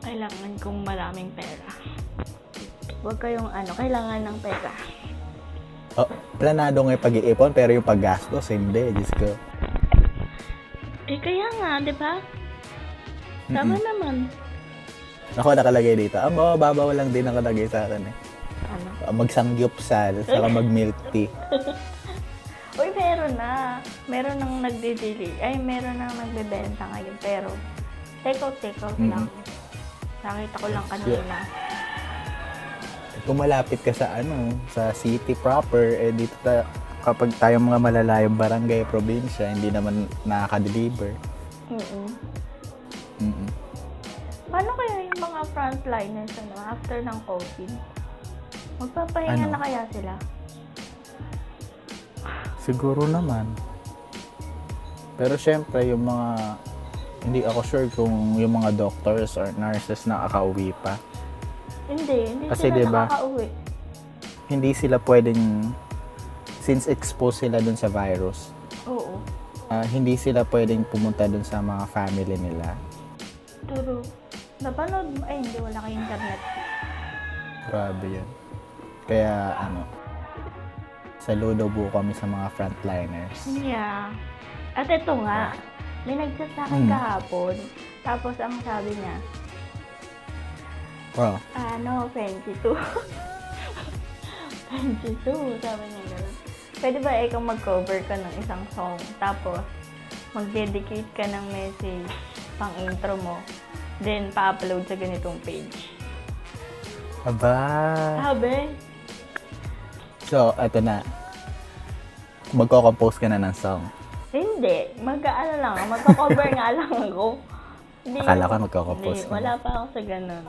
Speaker 2: kailangan kong maraming pera. Huwag kayong ano, kailangan ng pera.
Speaker 1: Oh, planado nga yung pag-iipon, pero yung paggastos, hindi. Diyos ko.
Speaker 2: Eh kaya nga, di ba? Tama naman.
Speaker 1: Ako, nakalagay dito. Ang bababaw lang din nakalagay sa akin eh.
Speaker 2: Ano?
Speaker 1: Magsangyupsal, saka mag-milk tea.
Speaker 2: Uy, meron na. Meron nang nagdidili. Ay, meron nang nagbebenta ngayon. Pero, take out, take out
Speaker 1: Mm.
Speaker 2: lang. Nakita ko lang kanina.
Speaker 1: Kung malapit ka sa ano, sa city proper, eh dito ta- kapag tayo mga malalayong barangay, probinsya, hindi naman nakaka-deliver.
Speaker 2: Mm-mm.
Speaker 1: Mm-mm.
Speaker 2: Paano kaya yung mga frontliners ano, after ng COVID? Magpapahinga
Speaker 1: Ano?
Speaker 2: na kaya sila?
Speaker 1: Siguro naman. Pero syempre, yung mga, hindi ako sure kung yung mga doctors or nurses nakakauwi pa.
Speaker 2: Hindi, hindi
Speaker 1: Kasi
Speaker 2: sila
Speaker 1: diba?
Speaker 2: nakakauwi.
Speaker 1: Hindi sila pwedeng, since exposed sila dun sa virus,
Speaker 2: Oo.
Speaker 1: ah, hindi sila pwedeng pumunta dun sa mga family nila.
Speaker 2: True. Napanood mo? Ay, hindi. Wala kayong internet.
Speaker 1: Grabe yun. Kaya ano, saludo po kami sa mga frontliners.
Speaker 2: Yeah. At ito nga, may nag-chat sa akin
Speaker 1: Hmm.
Speaker 2: kahapon. Tapos ang sabi niya,
Speaker 1: Bro,
Speaker 2: ah, no, 22. [LAUGHS] 22, sabi niya gano'n. Pwede ba ikaw mag-cover ka ng isang song, tapos mag-dedicate ka ng message pang intro mo, then pa-upload sa ganitong page.
Speaker 1: aba.
Speaker 2: Sabi,
Speaker 1: So, eto na. Magko-compose ka na ng song.
Speaker 2: Hindi. Mag-ano lang. ako, Magko-cover nga lang ako. Hindi,
Speaker 1: Akala ko magkakapos ano? Mm-hmm.
Speaker 2: Hindi.
Speaker 1: ka.
Speaker 2: Wala pa ako sa ganun.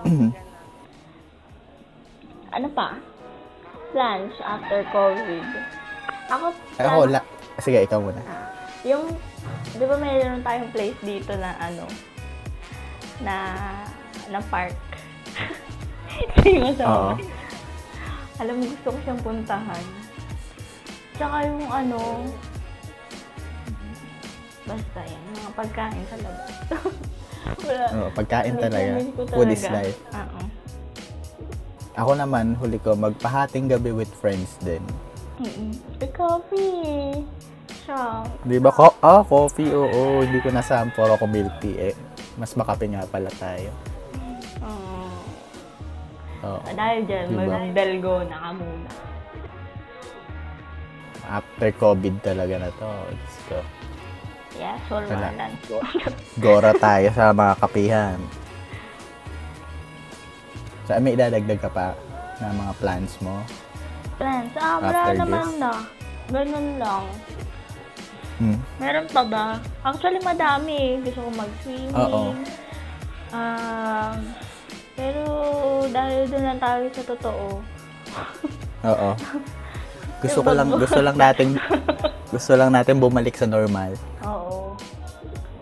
Speaker 2: ano pa? Plans after COVID. Ako,
Speaker 1: Ay, Eh, ako, la- sige, ikaw muna.
Speaker 2: yung, di ba mayroon tayong place dito na ano, na, na park. [LAUGHS] Hindi mo
Speaker 1: Oo.
Speaker 2: sa Alam mo, gusto ko siyang puntahan. Tsaka yung ano, basta yan, mga pagkain sa labas. [LAUGHS] Wala.
Speaker 1: Oo, pagkain talaga.
Speaker 2: Nag-comment ko
Speaker 1: Food is
Speaker 2: talaga.
Speaker 1: life.
Speaker 2: Oo.
Speaker 1: Ako naman, huli ko, magpahating gabi with friends din.
Speaker 2: Mm-mm. The coffee shop.
Speaker 1: Di ba? Ko- oh, coffee, oo. hindi ko nasaan, puro ko milk tea eh. Mas makape nga pala tayo.
Speaker 2: Oo.
Speaker 1: Oo.
Speaker 2: Dahil dyan,
Speaker 1: Diba?
Speaker 2: mag-dalgo na ka muna.
Speaker 1: After COVID talaga na to. Let's go.
Speaker 2: Yeah, sure,
Speaker 1: Wala.
Speaker 2: Marlan.
Speaker 1: Gora tayo sa mga kapihan. So, may idadagdag ka pa ng mga plans mo.
Speaker 2: Plans. Ah, wala
Speaker 1: After
Speaker 2: naman
Speaker 1: this?
Speaker 2: na. Ganun lang.
Speaker 1: Hmm.
Speaker 2: Meron pa ba? Actually, madami. eh. Gusto ko mag-swimming.
Speaker 1: Oo.
Speaker 2: Ah, pero dahil doon lang tayo sa totoo.
Speaker 1: Oo. Gusto ko lang, gusto lang natin, gusto lang natin bumalik sa normal.
Speaker 2: Oo.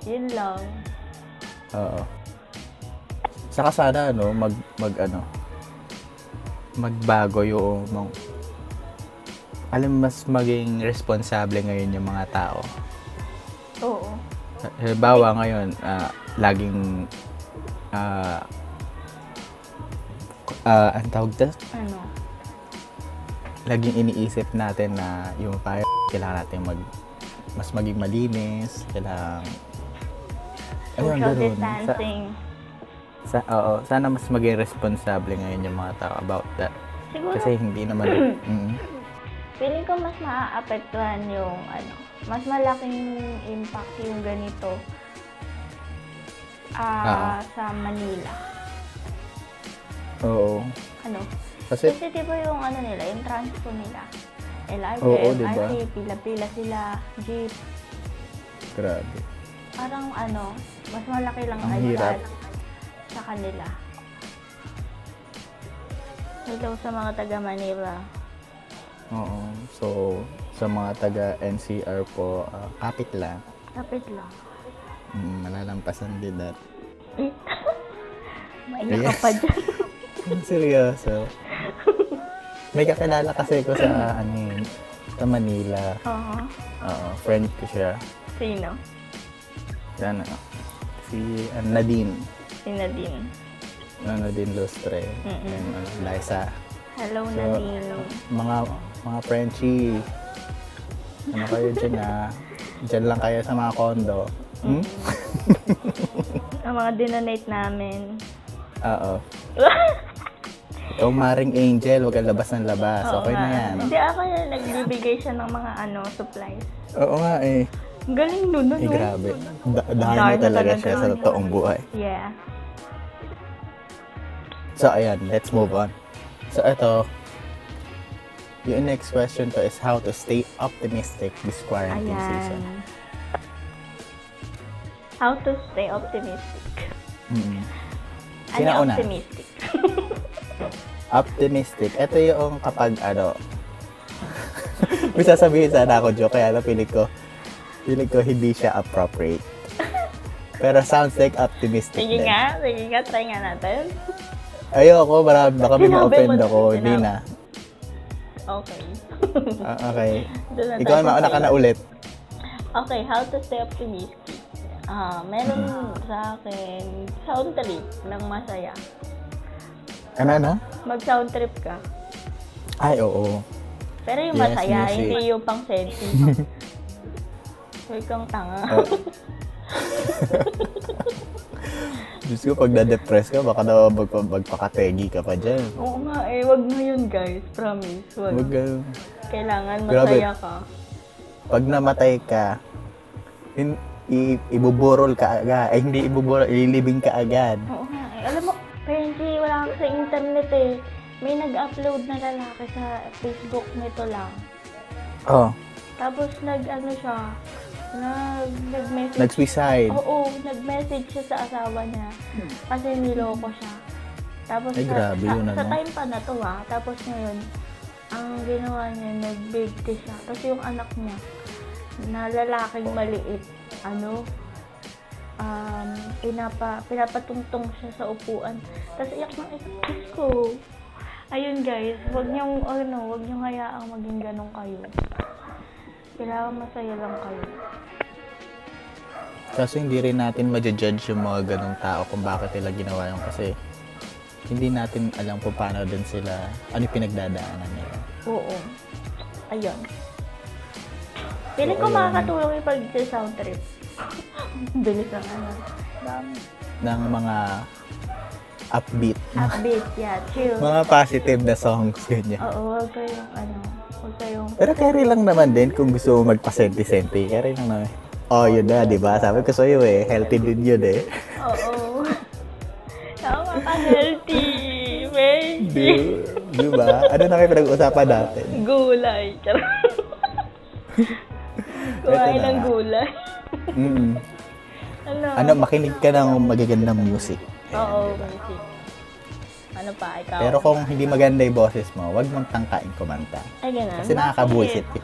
Speaker 2: Yun lang.
Speaker 1: Oo. Saka sana, ano, mag, mag, ano, magbago yung, mga alam, mas maging responsable ngayon yung mga tao.
Speaker 2: Oo.
Speaker 1: Halimbawa ngayon, ah, laging ah ah, ang tawag dyan,
Speaker 2: Ano?
Speaker 1: laging iniisip natin na yung fire, kailangan natin mag, mas maging malinis, kailangan, ayun,
Speaker 2: Social
Speaker 1: ganun. Sa,
Speaker 2: distancing.
Speaker 1: sa, oo, sana mas maging responsable ngayon yung mga tao about that.
Speaker 2: Siguro,
Speaker 1: Kasi hindi
Speaker 2: [CLEARS THROAT]
Speaker 1: naman, mm,
Speaker 2: feeling ko mas maaapektuhan yung ano, mas malaking impact yung ganito ah sa Manila.
Speaker 1: oo.
Speaker 2: Ano?
Speaker 1: Kasi,
Speaker 2: Kasi di ba yung ano nila, yung transpo nila? LRT,
Speaker 1: Oo,
Speaker 2: MRT,
Speaker 1: diba?
Speaker 2: pila-pila sila, jeep.
Speaker 1: grabe.
Speaker 2: Parang ano, mas malaki lang
Speaker 1: Ang
Speaker 2: ang
Speaker 1: hirap.
Speaker 2: sa kanila. Hello sa mga taga Manila.
Speaker 1: Oo. So, sa mga taga NCR po, ah, kapit lang.
Speaker 2: Kapit lang.
Speaker 1: Mm, malalampasan din that.
Speaker 2: Maingat ka pa dyan.
Speaker 1: [LAUGHS]
Speaker 2: [LAUGHS]
Speaker 1: Seryoso. May kakilala kasi ko sa, ano yun, sa Manila.
Speaker 2: Oo.
Speaker 1: Oo, friend ko siya.
Speaker 2: Sino?
Speaker 1: Si Ano, si ah, Nadine.
Speaker 2: Si Nadine.
Speaker 1: Ah, Nadine Lustre.
Speaker 2: Mm-mm.
Speaker 1: And ano, Liza.
Speaker 2: Hello,
Speaker 1: So,
Speaker 2: Nadine.
Speaker 1: Mga, mga Frenchie. Ano kayo dyan ah? Dyan lang kayo sa mga kondo. Hmm?
Speaker 2: [LAUGHS] Ang mga dinonate namin.
Speaker 1: Oo. Ikaw maring angel, huwag kang labas ng labas.
Speaker 2: Oo
Speaker 1: Okay na
Speaker 2: nga.
Speaker 1: yan.
Speaker 2: Hindi ako yung nagbibigay siya ng mga ano, supplies.
Speaker 1: Oo nga eh.
Speaker 2: Ang Galing nun, nun.
Speaker 1: Eh,
Speaker 2: nun.
Speaker 1: grabe. Da-
Speaker 2: Darna
Speaker 1: darna talaga
Speaker 2: talaga.
Speaker 1: siya sa totoong buhay.
Speaker 2: Yeah.
Speaker 1: So, ayan. Let's move on. So, ito. Yung next question to is how to stay optimistic this quarantine season.
Speaker 2: Ayan. How to stay optimistic.
Speaker 1: Mm-mm.
Speaker 2: Ano
Speaker 1: Sino una?
Speaker 2: optimistic? [LAUGHS]
Speaker 1: Optimistic. Ito yung kapag ano. [LAUGHS] May sasabihin sana ako, joke. Kaya lang piling ko, piling ko hindi siya appropriate.
Speaker 2: [LAUGHS]
Speaker 1: Pero sounds like optimistic
Speaker 2: Sige
Speaker 1: din.
Speaker 2: nga, sige nga, try nga natin.
Speaker 1: Ayoko, marami, baka may
Speaker 2: Sinabi mo
Speaker 1: ma-offend
Speaker 2: na,
Speaker 1: ako. Hindi
Speaker 2: sinabi.
Speaker 1: na.
Speaker 2: Okay. [LAUGHS]
Speaker 1: Ah, okay.
Speaker 2: Doon na
Speaker 1: Ikaw ano,
Speaker 2: tayo
Speaker 1: na, una ka
Speaker 2: sa-
Speaker 1: na ulit.
Speaker 2: Okay, how to stay optimistic. Ah, meron
Speaker 1: Mm-hmm.
Speaker 2: sa akin sound trip ng masaya.
Speaker 1: Ano, ano?
Speaker 2: Mag sound trip ka.
Speaker 1: Ay, oo.
Speaker 2: Pero yung
Speaker 1: Yes,
Speaker 2: masaya,
Speaker 1: music.
Speaker 2: hindi yung pang
Speaker 1: [LAUGHS]
Speaker 2: sensi. Huwag kang tanga.
Speaker 1: Oh. Diyos ko, pag na-depress ka, baka na magpa- magpakategi ka pa dyan.
Speaker 2: [LAUGHS] Oo nga eh, wag na yun guys, promise. Wag.
Speaker 1: Wag, ah.
Speaker 2: Kailangan
Speaker 1: Grabe.
Speaker 2: masaya ka.
Speaker 1: pag namatay ka, in, i, ibuburol ka agad. Ay, hindi ibuburol, ililibing ka agad.
Speaker 2: Oo nga eh. Alam mo, Benji, wala ka sa internet eh. May nag-upload na lalaki sa Facebook nito lang.
Speaker 1: Oh,
Speaker 2: Tapos nag ano siya, nag nag-message.
Speaker 1: nag-suicide.
Speaker 2: Oo, nag-message siya sa asawa niya kasi niloko siya. Tapos
Speaker 1: Hmm. Ay,
Speaker 2: sa-
Speaker 1: grabe
Speaker 2: sa,
Speaker 1: yun,
Speaker 2: sa
Speaker 1: ano?
Speaker 2: time pa na to ah. Tapos ngayon, ang ginawa niya, nagbigti siya. Tapos yung anak niya, na lalaking
Speaker 1: Oh.
Speaker 2: maliit, ano, um, inapa, pinapatungtong siya sa upuan. Tapos iyak ng iyak, Diyos ko. Ayun guys, wag niyong, ano, wag niyong hayaang maging ganun kayo. Kailangan masaya lang kayo.
Speaker 1: Kaso hindi rin natin ma-judge yung mga ganong tao kung bakit nila ginawa yun kasi hindi natin alam kung paano din sila, ano yung pinagdadaanan nila.
Speaker 2: Oo. Ayun. Piling ko
Speaker 1: Oo, ayun.
Speaker 2: makakatulong yung pag-sound trip. [LAUGHS] Bilis ang ano.
Speaker 1: Ng mga upbeat,
Speaker 2: Upbeat, yeah. Chill.
Speaker 1: mga positive na songs, ganyan.
Speaker 2: Oo, huwag kayong ano. Huwag kayong...
Speaker 1: Pero carry lang naman din kung gusto mo magpasenti-senti. Carry lang naman. Oh, yun na, di ba? Sabi ko sa'yo eh, healthy din yun eh.
Speaker 2: Oo. [LAUGHS] Tama ka, healthy. Baby.
Speaker 1: Di, di ba? Ano na kayo pinag-uusapan natin?
Speaker 2: Gulay.
Speaker 1: [LAUGHS]
Speaker 2: Charot. Kumain
Speaker 1: na
Speaker 2: ng
Speaker 1: nga.
Speaker 2: gulay.
Speaker 1: Mm.
Speaker 2: Ano?
Speaker 1: Ano, makinig ka ng magagandang music.
Speaker 2: Oo, music. Ano pa, ikaw?
Speaker 1: Pero kung hindi maganda yung boses mo, huwag mong tangkain kumanta.
Speaker 2: Ay, ganun.
Speaker 1: Kasi nakakabuisit. eh.
Speaker 2: Bakit?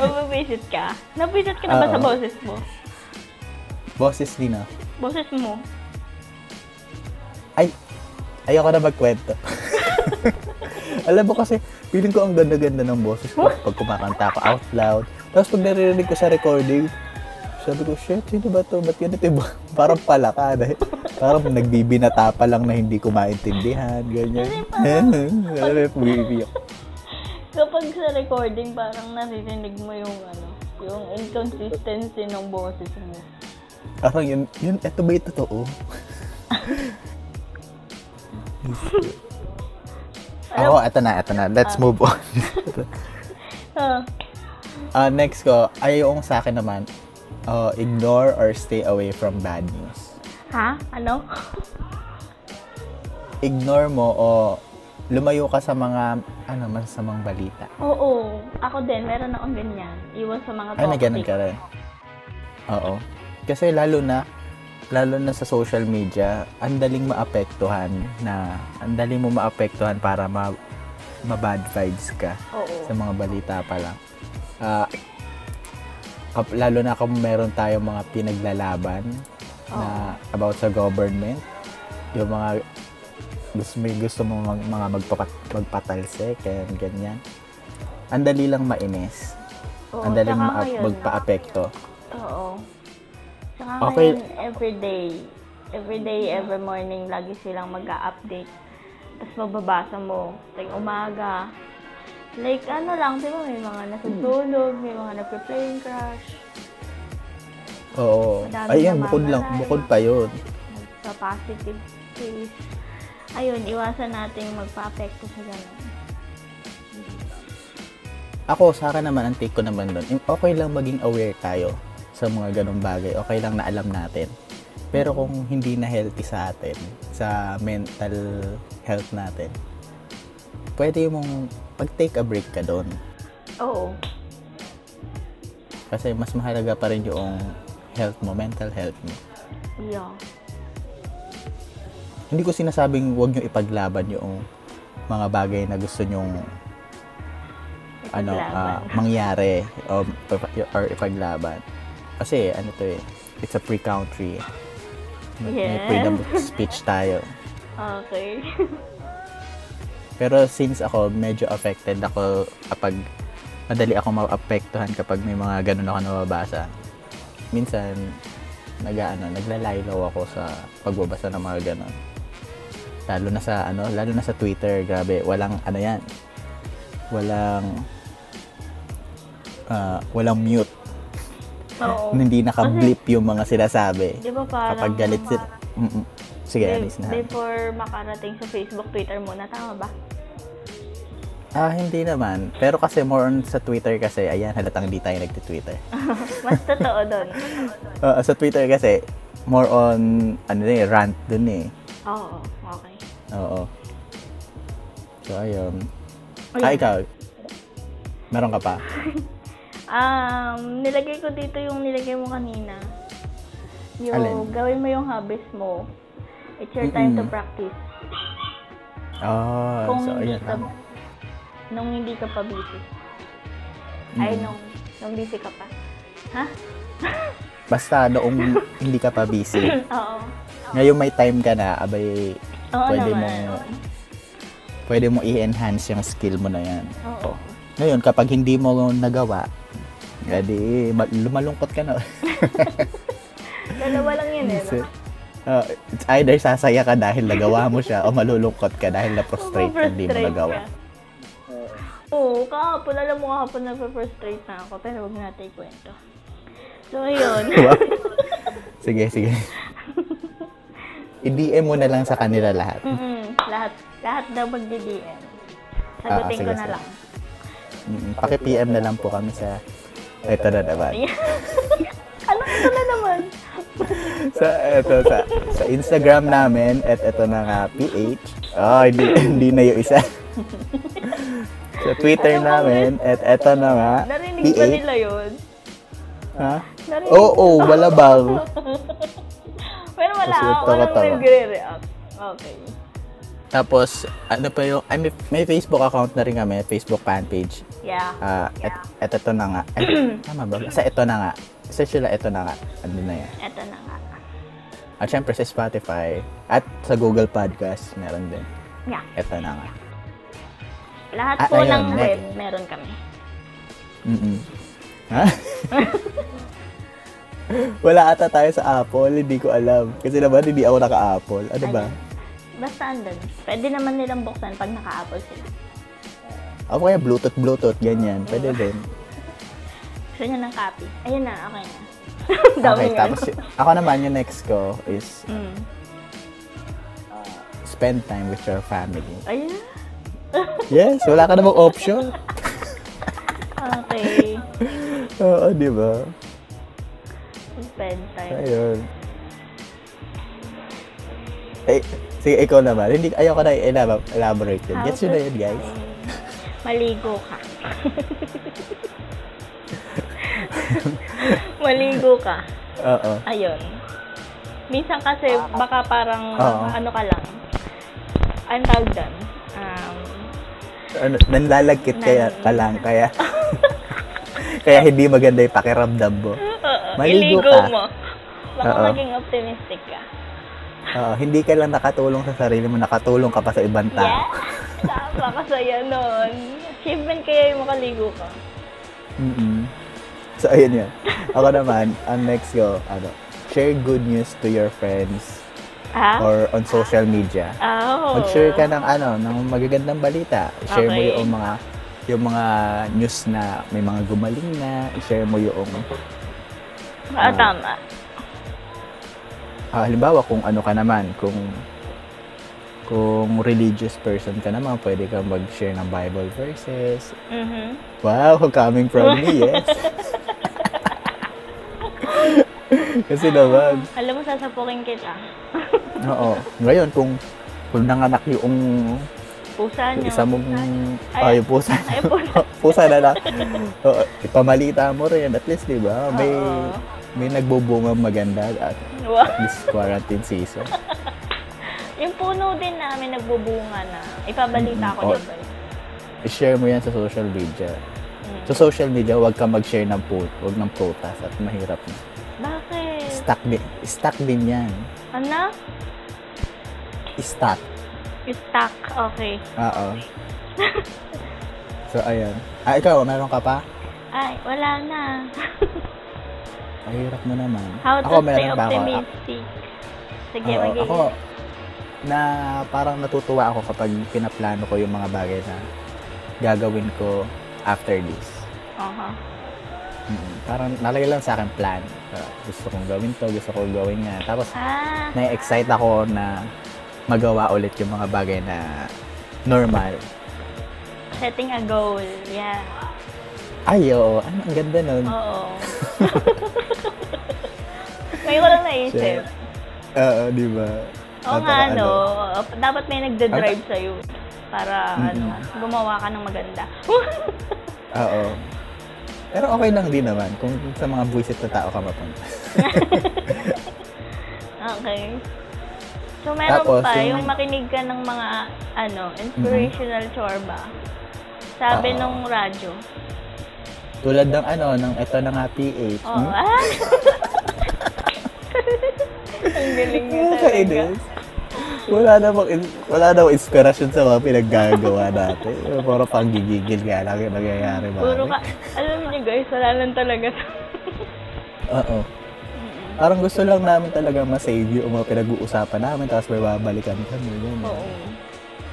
Speaker 2: Mababisit ka? Nabisit ka na ba
Speaker 1: Oo.
Speaker 2: sa boses mo?
Speaker 1: Boses din ah.
Speaker 2: Boses mo?
Speaker 1: Ay, ayoko na magkwento. [LAUGHS] Alam mo kasi, feeling ko ang ganda-ganda ng boses ko pag kumakanta ako out loud. Tapos pag naririnig ko sa recording, sabi ko, shit, sino ba [LAUGHS] to? Ba't ganito yung bo-" Parang palaka na eh. Parang nagbibinata pa lang na hindi ko maintindihan, ganyan. Alam mo, pumipi ako.
Speaker 2: Kapag sa recording, parang naririnig mo yung ano, yung inconsistency ng boses mo.
Speaker 1: Parang yun, yun, eto ba yung totoo? Ako, eto na, eto na. Let's move on.
Speaker 2: Ah,
Speaker 1: Ah, next ko, ay yung sa akin naman, uh, ignore or stay away from bad news.
Speaker 2: ha? Ano?
Speaker 1: Ignore mo o lumayo ka sa mga, ano, masamang balita.
Speaker 2: Oo. Ako din, meron akong ganyan. Iwan sa mga
Speaker 1: Ay, na ganun
Speaker 2: toxic.
Speaker 1: ka rin. Oo. Kasi lalo na, lalo na sa social media, ang daling maapektuhan na, ang daling mo maapektuhan para ma, ma-bad vibes ka.
Speaker 2: Oo.
Speaker 1: sa mga balita pa lang. Ah, kap- lalo na kung meron tayong mga pinaglalaban na about sa government, yung mga gusto, may gusto mo mag, mga magpapat, magpatalsik, and ganyan. Ang dali lang mainis.
Speaker 2: Oo,
Speaker 1: Ang dali
Speaker 2: tsaka
Speaker 1: ma-
Speaker 2: ngayon.
Speaker 1: magpa-apekto.
Speaker 2: Oo. Tsaka
Speaker 1: Okay.
Speaker 2: ngayon, everyday, everyday, every morning, lagi silang mag update Tapos mababasa mo, like umaga. Like ano lang, di ba may mga
Speaker 1: Hmm.
Speaker 2: natutulog, may mga nagpe-plane crash,
Speaker 1: Oo.
Speaker 2: Madami
Speaker 1: Ayun,
Speaker 2: na
Speaker 1: bukod lang,
Speaker 2: mamamatay.
Speaker 1: bukod pa yun.
Speaker 2: nagpa-positive case. ayun, iwasan natin magpa-apekto sa ganun.
Speaker 1: Ako, sa akin naman, ang take ko naman doon, okay lang maging aware tayo sa mga ganong bagay. Okay lang na alam natin. Pero kung hindi na healthy sa atin, sa mental health natin, pwede mong pag-take a break ka doon.
Speaker 2: Oo.
Speaker 1: Kasi mas mahalaga pa rin yung health mo, mental health mo.
Speaker 2: Yeah.
Speaker 1: Hindi ko sinasabing huwag nyo ipaglaban yung mga bagay na gusto nyong ano, ah,
Speaker 2: Ipaglaban.
Speaker 1: mangyari o, or ipaglaban. Kasi ano to eh, it's a free country. May- May
Speaker 2: Yes.
Speaker 1: freedom of speech tayo.
Speaker 2: [LAUGHS] okay.
Speaker 1: Pero since ako, medyo affected ako kapag madali ako maapektuhan kapag may mga ganun ako nababasa. Minsan, nag, ano, naglalaylaw ako sa pagbabasa ng mga ganun. Lalo na sa, ano, lalo na sa Twitter, grabe, walang, ano yan, walang, ah, walang mute.
Speaker 2: Oo.
Speaker 1: Hindi naka-blip yung mga sinasabi.
Speaker 2: Di ba parang...
Speaker 1: Kapag galit sila, Mm-mm. sige,
Speaker 2: Be-
Speaker 1: alis na.
Speaker 2: Before makarating sa Facebook, Twitter muna, tama ba? [LAUGHS]
Speaker 1: Ah, hindi naman. Pero kasi more on sa Twitter kasi, ayan, halatang hindi tayo
Speaker 2: [LAUGHS]
Speaker 1: nagtitwitter.
Speaker 2: Mas totoo [LAUGHS] doon.
Speaker 1: Oo, sa Twitter kasi, more on, ano na eh, rant dun eh.
Speaker 2: Oo, okay.
Speaker 1: Oo. So, ayun.
Speaker 2: Ayun.
Speaker 1: Ah, ikaw. Meron ka pa?
Speaker 2: Um, nilagay ko dito yung nilagay mo kanina. Yung
Speaker 1: Alin?
Speaker 2: gawin mo yung hobbies mo. It's your time to
Speaker 1: Mm-mm.
Speaker 2: practice.
Speaker 1: Oh,
Speaker 2: Kung
Speaker 1: so,
Speaker 2: hindi
Speaker 1: ayun.
Speaker 2: ka,
Speaker 1: tama.
Speaker 2: nung hindi ka pa busy. Ay,
Speaker 1: Mm.
Speaker 2: nung, nung busy ka pa. Ha?
Speaker 1: Basta noong hindi ka pa busy.
Speaker 2: [LAUGHS] Oo.
Speaker 1: Ngayon may time ka na, abay,
Speaker 2: Oo
Speaker 1: pwede
Speaker 2: naman.
Speaker 1: mong, pwede mong i-enhance yung skill mo na yan.
Speaker 2: Oo.
Speaker 1: Ngayon, kapag hindi mo nagawa, edi ma- lumalungkot ka na.
Speaker 2: Dalawa lang yun eh.
Speaker 1: [LAUGHS] Kasi, uh, it's either sasaya ka dahil nagawa mo siya o malulungkot ka dahil na-frustrate ka, hindi mo nagawa.
Speaker 2: Oo, kahapon, alam mo kahapon na-frustrate na ako, pero huwag natin ikwento.
Speaker 1: [LAUGHS]
Speaker 2: So, ayun.
Speaker 1: Diba? sige, sige. I-DM mo na lang sa kanila lahat.
Speaker 2: Mm-mm, lahat, lahat daw magdi-DM. Sagutin
Speaker 1: Ah,
Speaker 2: ko
Speaker 1: sige,
Speaker 2: na
Speaker 1: sige.
Speaker 2: lang.
Speaker 1: Mm, Paki-PM na lang po kami sa... Ito na naman.
Speaker 2: Alam ko na naman.
Speaker 1: Sa, ito, sa, sa Instagram namin, at ito na nga, PH. Oh, hindi, [LAUGHS] hindi na yung isa. sa Twitter
Speaker 2: Ano ba,
Speaker 1: namin, at ito na nga, [LAUGHS]
Speaker 2: Narinig ba
Speaker 1: PH.
Speaker 2: nila yun?
Speaker 1: Ha? E
Speaker 2: Narinig.
Speaker 1: Oo, wala bang.
Speaker 2: Pero wala,
Speaker 1: Kasi
Speaker 2: ako
Speaker 1: tawa-tawa.
Speaker 2: walang nagre-react. Okay.
Speaker 1: Tapos, ano pa yung, ay, may, may Facebook account na rin kami, Facebook fan page.
Speaker 2: Yeah.
Speaker 1: Ah, at, at ito na nga.
Speaker 2: [CLEARS THROAT]
Speaker 1: Ay, tama ba? Sa ito na nga. Sa sila, ito na nga. Ano na yan?
Speaker 2: Eto na nga.
Speaker 1: At syempre sa Spotify at sa Google Podcast, meron din.
Speaker 2: Yeah.
Speaker 1: Ito na nga.
Speaker 2: Lahat
Speaker 1: Ah,
Speaker 2: po
Speaker 1: ayun,
Speaker 2: ng
Speaker 1: next.
Speaker 2: web, meron kami.
Speaker 1: Mm-mm. Ha? [LAUGHS] Wala ata tayo sa Apple, hindi ko alam. Kasi naman, hindi ako naka-Apple. Ano ba?
Speaker 2: Ayun. Basta andun. Pwede naman nilang buksan pag naka-apple sila.
Speaker 1: Ako kaya Bluetooth, Bluetooth, ganyan. Pwede din.
Speaker 2: Gusto niya ng copy. Ayun na, okay na. [LAUGHS] Dami
Speaker 1: Okay,
Speaker 2: nga.
Speaker 1: tapos y- ako naman, yung next ko is uh,
Speaker 2: Mm.
Speaker 1: spend time with your family.
Speaker 2: Ayun.
Speaker 1: Yes, wala ka namang option. [LAUGHS]
Speaker 2: Okay.
Speaker 1: Oo, di ba?
Speaker 2: Spend time.
Speaker 1: Ayun. Eh, sige, ikaw naman. Hindi, ayoko na i-elab- elaborate yun. Gets yun na yun, guys.
Speaker 2: Maligo ka. Maligo ka.
Speaker 1: Oo.
Speaker 2: Ayun. Minsan kasi baka parang
Speaker 1: Oo.
Speaker 2: ano ka lang. Ang tawag doon. Um,
Speaker 1: Ano, nanlalagkit kaya, ka lang, kaya... [LAUGHS] kaya hindi maganda yung pakiramdam mo.
Speaker 2: [LAUGHS] oo,
Speaker 1: Maligo
Speaker 2: iligo
Speaker 1: ka.
Speaker 2: mo. Baka
Speaker 1: Oo.
Speaker 2: maging optimistic ka.
Speaker 1: Oo, hindi ka lang nakatulong sa sarili mo, nakatulong ka pa sa ibang
Speaker 2: Yeah?
Speaker 1: tao.
Speaker 2: Tama ka sa'yo nun. Achievement kaya yung makaligo ka.
Speaker 1: Mm-mm. So, ayun yun. Ako naman, ang next ko, ano, share good news to your friends
Speaker 2: Ha?
Speaker 1: or on social media.
Speaker 2: Oh.
Speaker 1: Mag-share ka ng ano, ng magagandang balita. Share mo
Speaker 2: Okay.
Speaker 1: yung mga yung mga news na may mga gumaling na, share mo yung
Speaker 2: Ah, tama.
Speaker 1: ah, halimbawa kung ano ka naman, kung Kung religious person ka naman, pwede ka mag-share ng Bible verses.
Speaker 2: Mhm.
Speaker 1: Wow, coming from
Speaker 2: [LAUGHS]
Speaker 1: me, yes. Kasi naman,
Speaker 2: Alam mo, sasapukin kita.
Speaker 1: oo. Ngayon, kung kung nanganak yung
Speaker 2: Pusa
Speaker 1: yung
Speaker 2: niyo.
Speaker 1: isa mong
Speaker 2: Ano? Ay-
Speaker 1: ay, yung pusa
Speaker 2: Ay, pusa.
Speaker 1: pusa na lang. [LAUGHS] Oo, ipamalita mo rin. At least, di ba? May,
Speaker 2: Oo.
Speaker 1: may nagbubunga maganda at
Speaker 2: Wow.
Speaker 1: this quarantine season.
Speaker 2: Yung puno din namin nagbubunga na. Ipabalita ko
Speaker 1: Mhm. Oh.
Speaker 2: na ba?
Speaker 1: I-share mo yan sa social media.
Speaker 2: Mm.
Speaker 1: Sa social media, huwag ka mag-share ng post, huwag ng prutas at mahirap na.
Speaker 2: Bakit?
Speaker 1: Stuck din, stuck din yan.
Speaker 2: Ano?
Speaker 1: Stuck.
Speaker 2: Stuck. Okay.
Speaker 1: Oo. so, ayan. Ah, ikaw, meron ka pa?
Speaker 2: Ay, wala na.
Speaker 1: Mahirap mo naman.
Speaker 2: How to
Speaker 1: ako,
Speaker 2: stay
Speaker 1: meron pa ako. Ah,
Speaker 2: optimistic. Sige,
Speaker 1: oo,
Speaker 2: magiging.
Speaker 1: ako, na parang natutuwa ako kapag pinaplano ko yung mga bagay na gagawin ko after this.
Speaker 2: Aha.
Speaker 1: Mm, Parang nalagay lang sa akin plan. Ah, gusto kong gawin to, gusto kong gawin nga. Tapos,
Speaker 2: Ah,
Speaker 1: na-excite ako na magawa ulit yung mga bagay na normal.
Speaker 2: setting a goal. Yeah.
Speaker 1: Ay, oo. Ano, ang ganda nun. [LAUGHS]
Speaker 2: Oo. Ngayon ko lang naisip.
Speaker 1: Oo, di ba?
Speaker 2: Oo
Speaker 1: Ah,
Speaker 2: nga,
Speaker 1: para
Speaker 2: ano, dapat may nagda-drive sa'yo para
Speaker 1: Mm-mm.
Speaker 2: ano, gumawa ka ng maganda. [LAUGHS]
Speaker 1: Oo. Pero okay lang din naman kung sa mga buwisit na tao ka mapunta.
Speaker 2: okay. So, meron
Speaker 1: Tapos,
Speaker 2: pa
Speaker 1: yung-
Speaker 2: yung makinig ka ng mga, ano, inspirational chorba. Sabi
Speaker 1: Oo.
Speaker 2: nung radyo.
Speaker 1: Tulad ng ano, ng eto na nga PH.
Speaker 2: Oo,
Speaker 1: Hmm? [LAUGHS]
Speaker 2: ah! Ang galing niya talaga.
Speaker 1: Nakakainis. Wala namang, in- wala namang inspirasyon sa mga pinaggagawa natin. Puro panggigigil nga lang yung nangyayari. mga
Speaker 2: Puro ka,
Speaker 1: eh.
Speaker 2: alam niyo guys, wala lang talaga.
Speaker 1: Oo. Parang gusto lang namin talaga ma-save yung mga pinag-uusapan namin tapos may babalikan kami. ganun.
Speaker 2: Oo.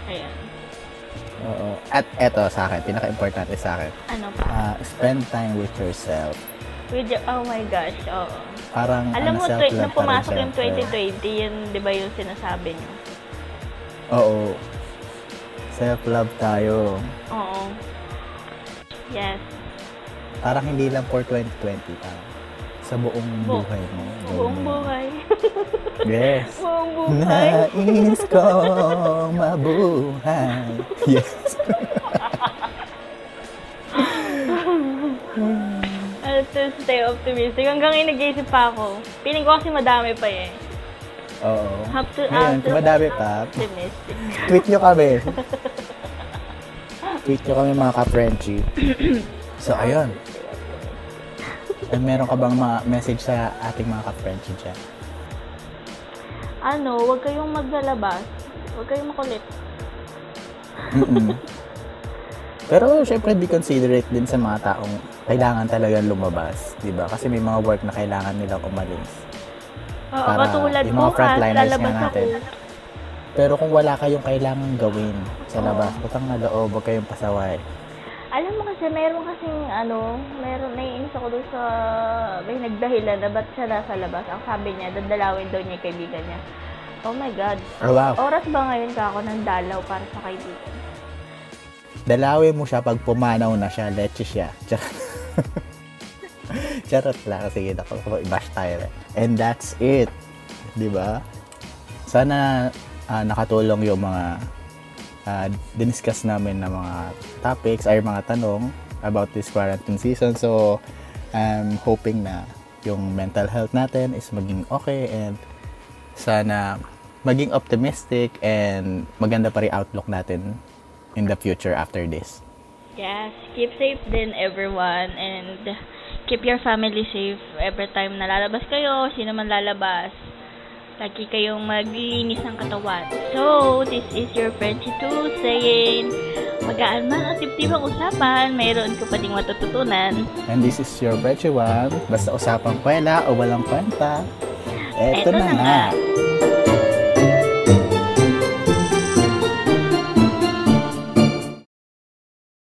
Speaker 2: Ayan.
Speaker 1: Oo. At eto sa akin, pinaka-importante sa akin,
Speaker 2: Ano pa?
Speaker 1: ah, spend time with yourself.
Speaker 2: With your- oh my gosh, oo.
Speaker 1: Parang
Speaker 2: Alam
Speaker 1: ano,
Speaker 2: mo, tw-
Speaker 1: self-love
Speaker 2: nung
Speaker 1: pa rin
Speaker 2: pumasok
Speaker 1: siya.
Speaker 2: yung 2020, yun, di ba yung sinasabi niyo?
Speaker 1: Oo. Self-love tayo.
Speaker 2: Oo. Yes.
Speaker 1: Parang hindi lang for 2020 pa. Sa buong
Speaker 2: Bu-
Speaker 1: buhay mo.
Speaker 2: Buong buhay. [LAUGHS]
Speaker 1: Yes.
Speaker 2: Buong [LAUGHS]
Speaker 1: [LAUGHS]
Speaker 2: buhay.
Speaker 1: Nais ko mabuhay. Yes.
Speaker 2: I'll to stay optimistic. Hanggang ngayon nag-iisip pa ako. Piling ko kasi madami pa eh.
Speaker 1: Oo.
Speaker 2: Have to-
Speaker 1: Ngayon,
Speaker 2: have to-
Speaker 1: kung madami pa,
Speaker 2: Optimistic.
Speaker 1: Tweet nyo kami. Tweet nyo kami mga ka-Frenchie. So, ayun. Ay, meron ka bang mga message sa ating mga ka-Frenchie dyan?
Speaker 2: Ano, huwag kayong maglalabas. Huwag kayong makulit.
Speaker 1: Mm-mm. Pero syempre be considerate din sa mga taong kailangan talagang lumabas, 'di ba? Kasi may mga work na kailangan nilang umalis.
Speaker 2: Oo,
Speaker 1: Para
Speaker 2: katulad
Speaker 1: yung mga
Speaker 2: mo ka,
Speaker 1: frontliners nga
Speaker 2: lalabas ako.
Speaker 1: natin. Pero kung wala kayong kailangan gawin sa labas, utang na loob, huwag kayong pasaway.
Speaker 2: Alam mo kasi, meron kasing ano, meron, naiinis ako doon sa, may nagdahilan na ba't siya nasa labas. Ang sabi niya, dadalawin daw niya yung kaibigan niya. Oh my God.
Speaker 1: Oh, wow.
Speaker 2: Oras ba ngayon ka ako ng dalaw para sa kaibigan?
Speaker 1: Dalawin mo siya pag pumanaw na siya, leche siya. Charot. Charot lang. Sige, ako bash tayo. eh. And that's it. Di ba? Sana ah, nakatulong yung mga ah, diniscuss namin na mga topics or mga tanong about this quarantine season. So, I'm hoping na yung mental health natin is maging okay and sana maging optimistic and maganda pa rin outlook natin in the future after this.
Speaker 2: Yes, keep safe din everyone and keep your family safe every time na lalabas kayo, sino man lalabas. Lagi kayong maglilinis ng katawan. So, this is your Frenchie 2 saying, magaan man at tibtibang usapan, mayroon ka pa ding matututunan.
Speaker 1: And this is your Veggie One. Basta usapang kwela o walang kwenta. Eto, na, nga.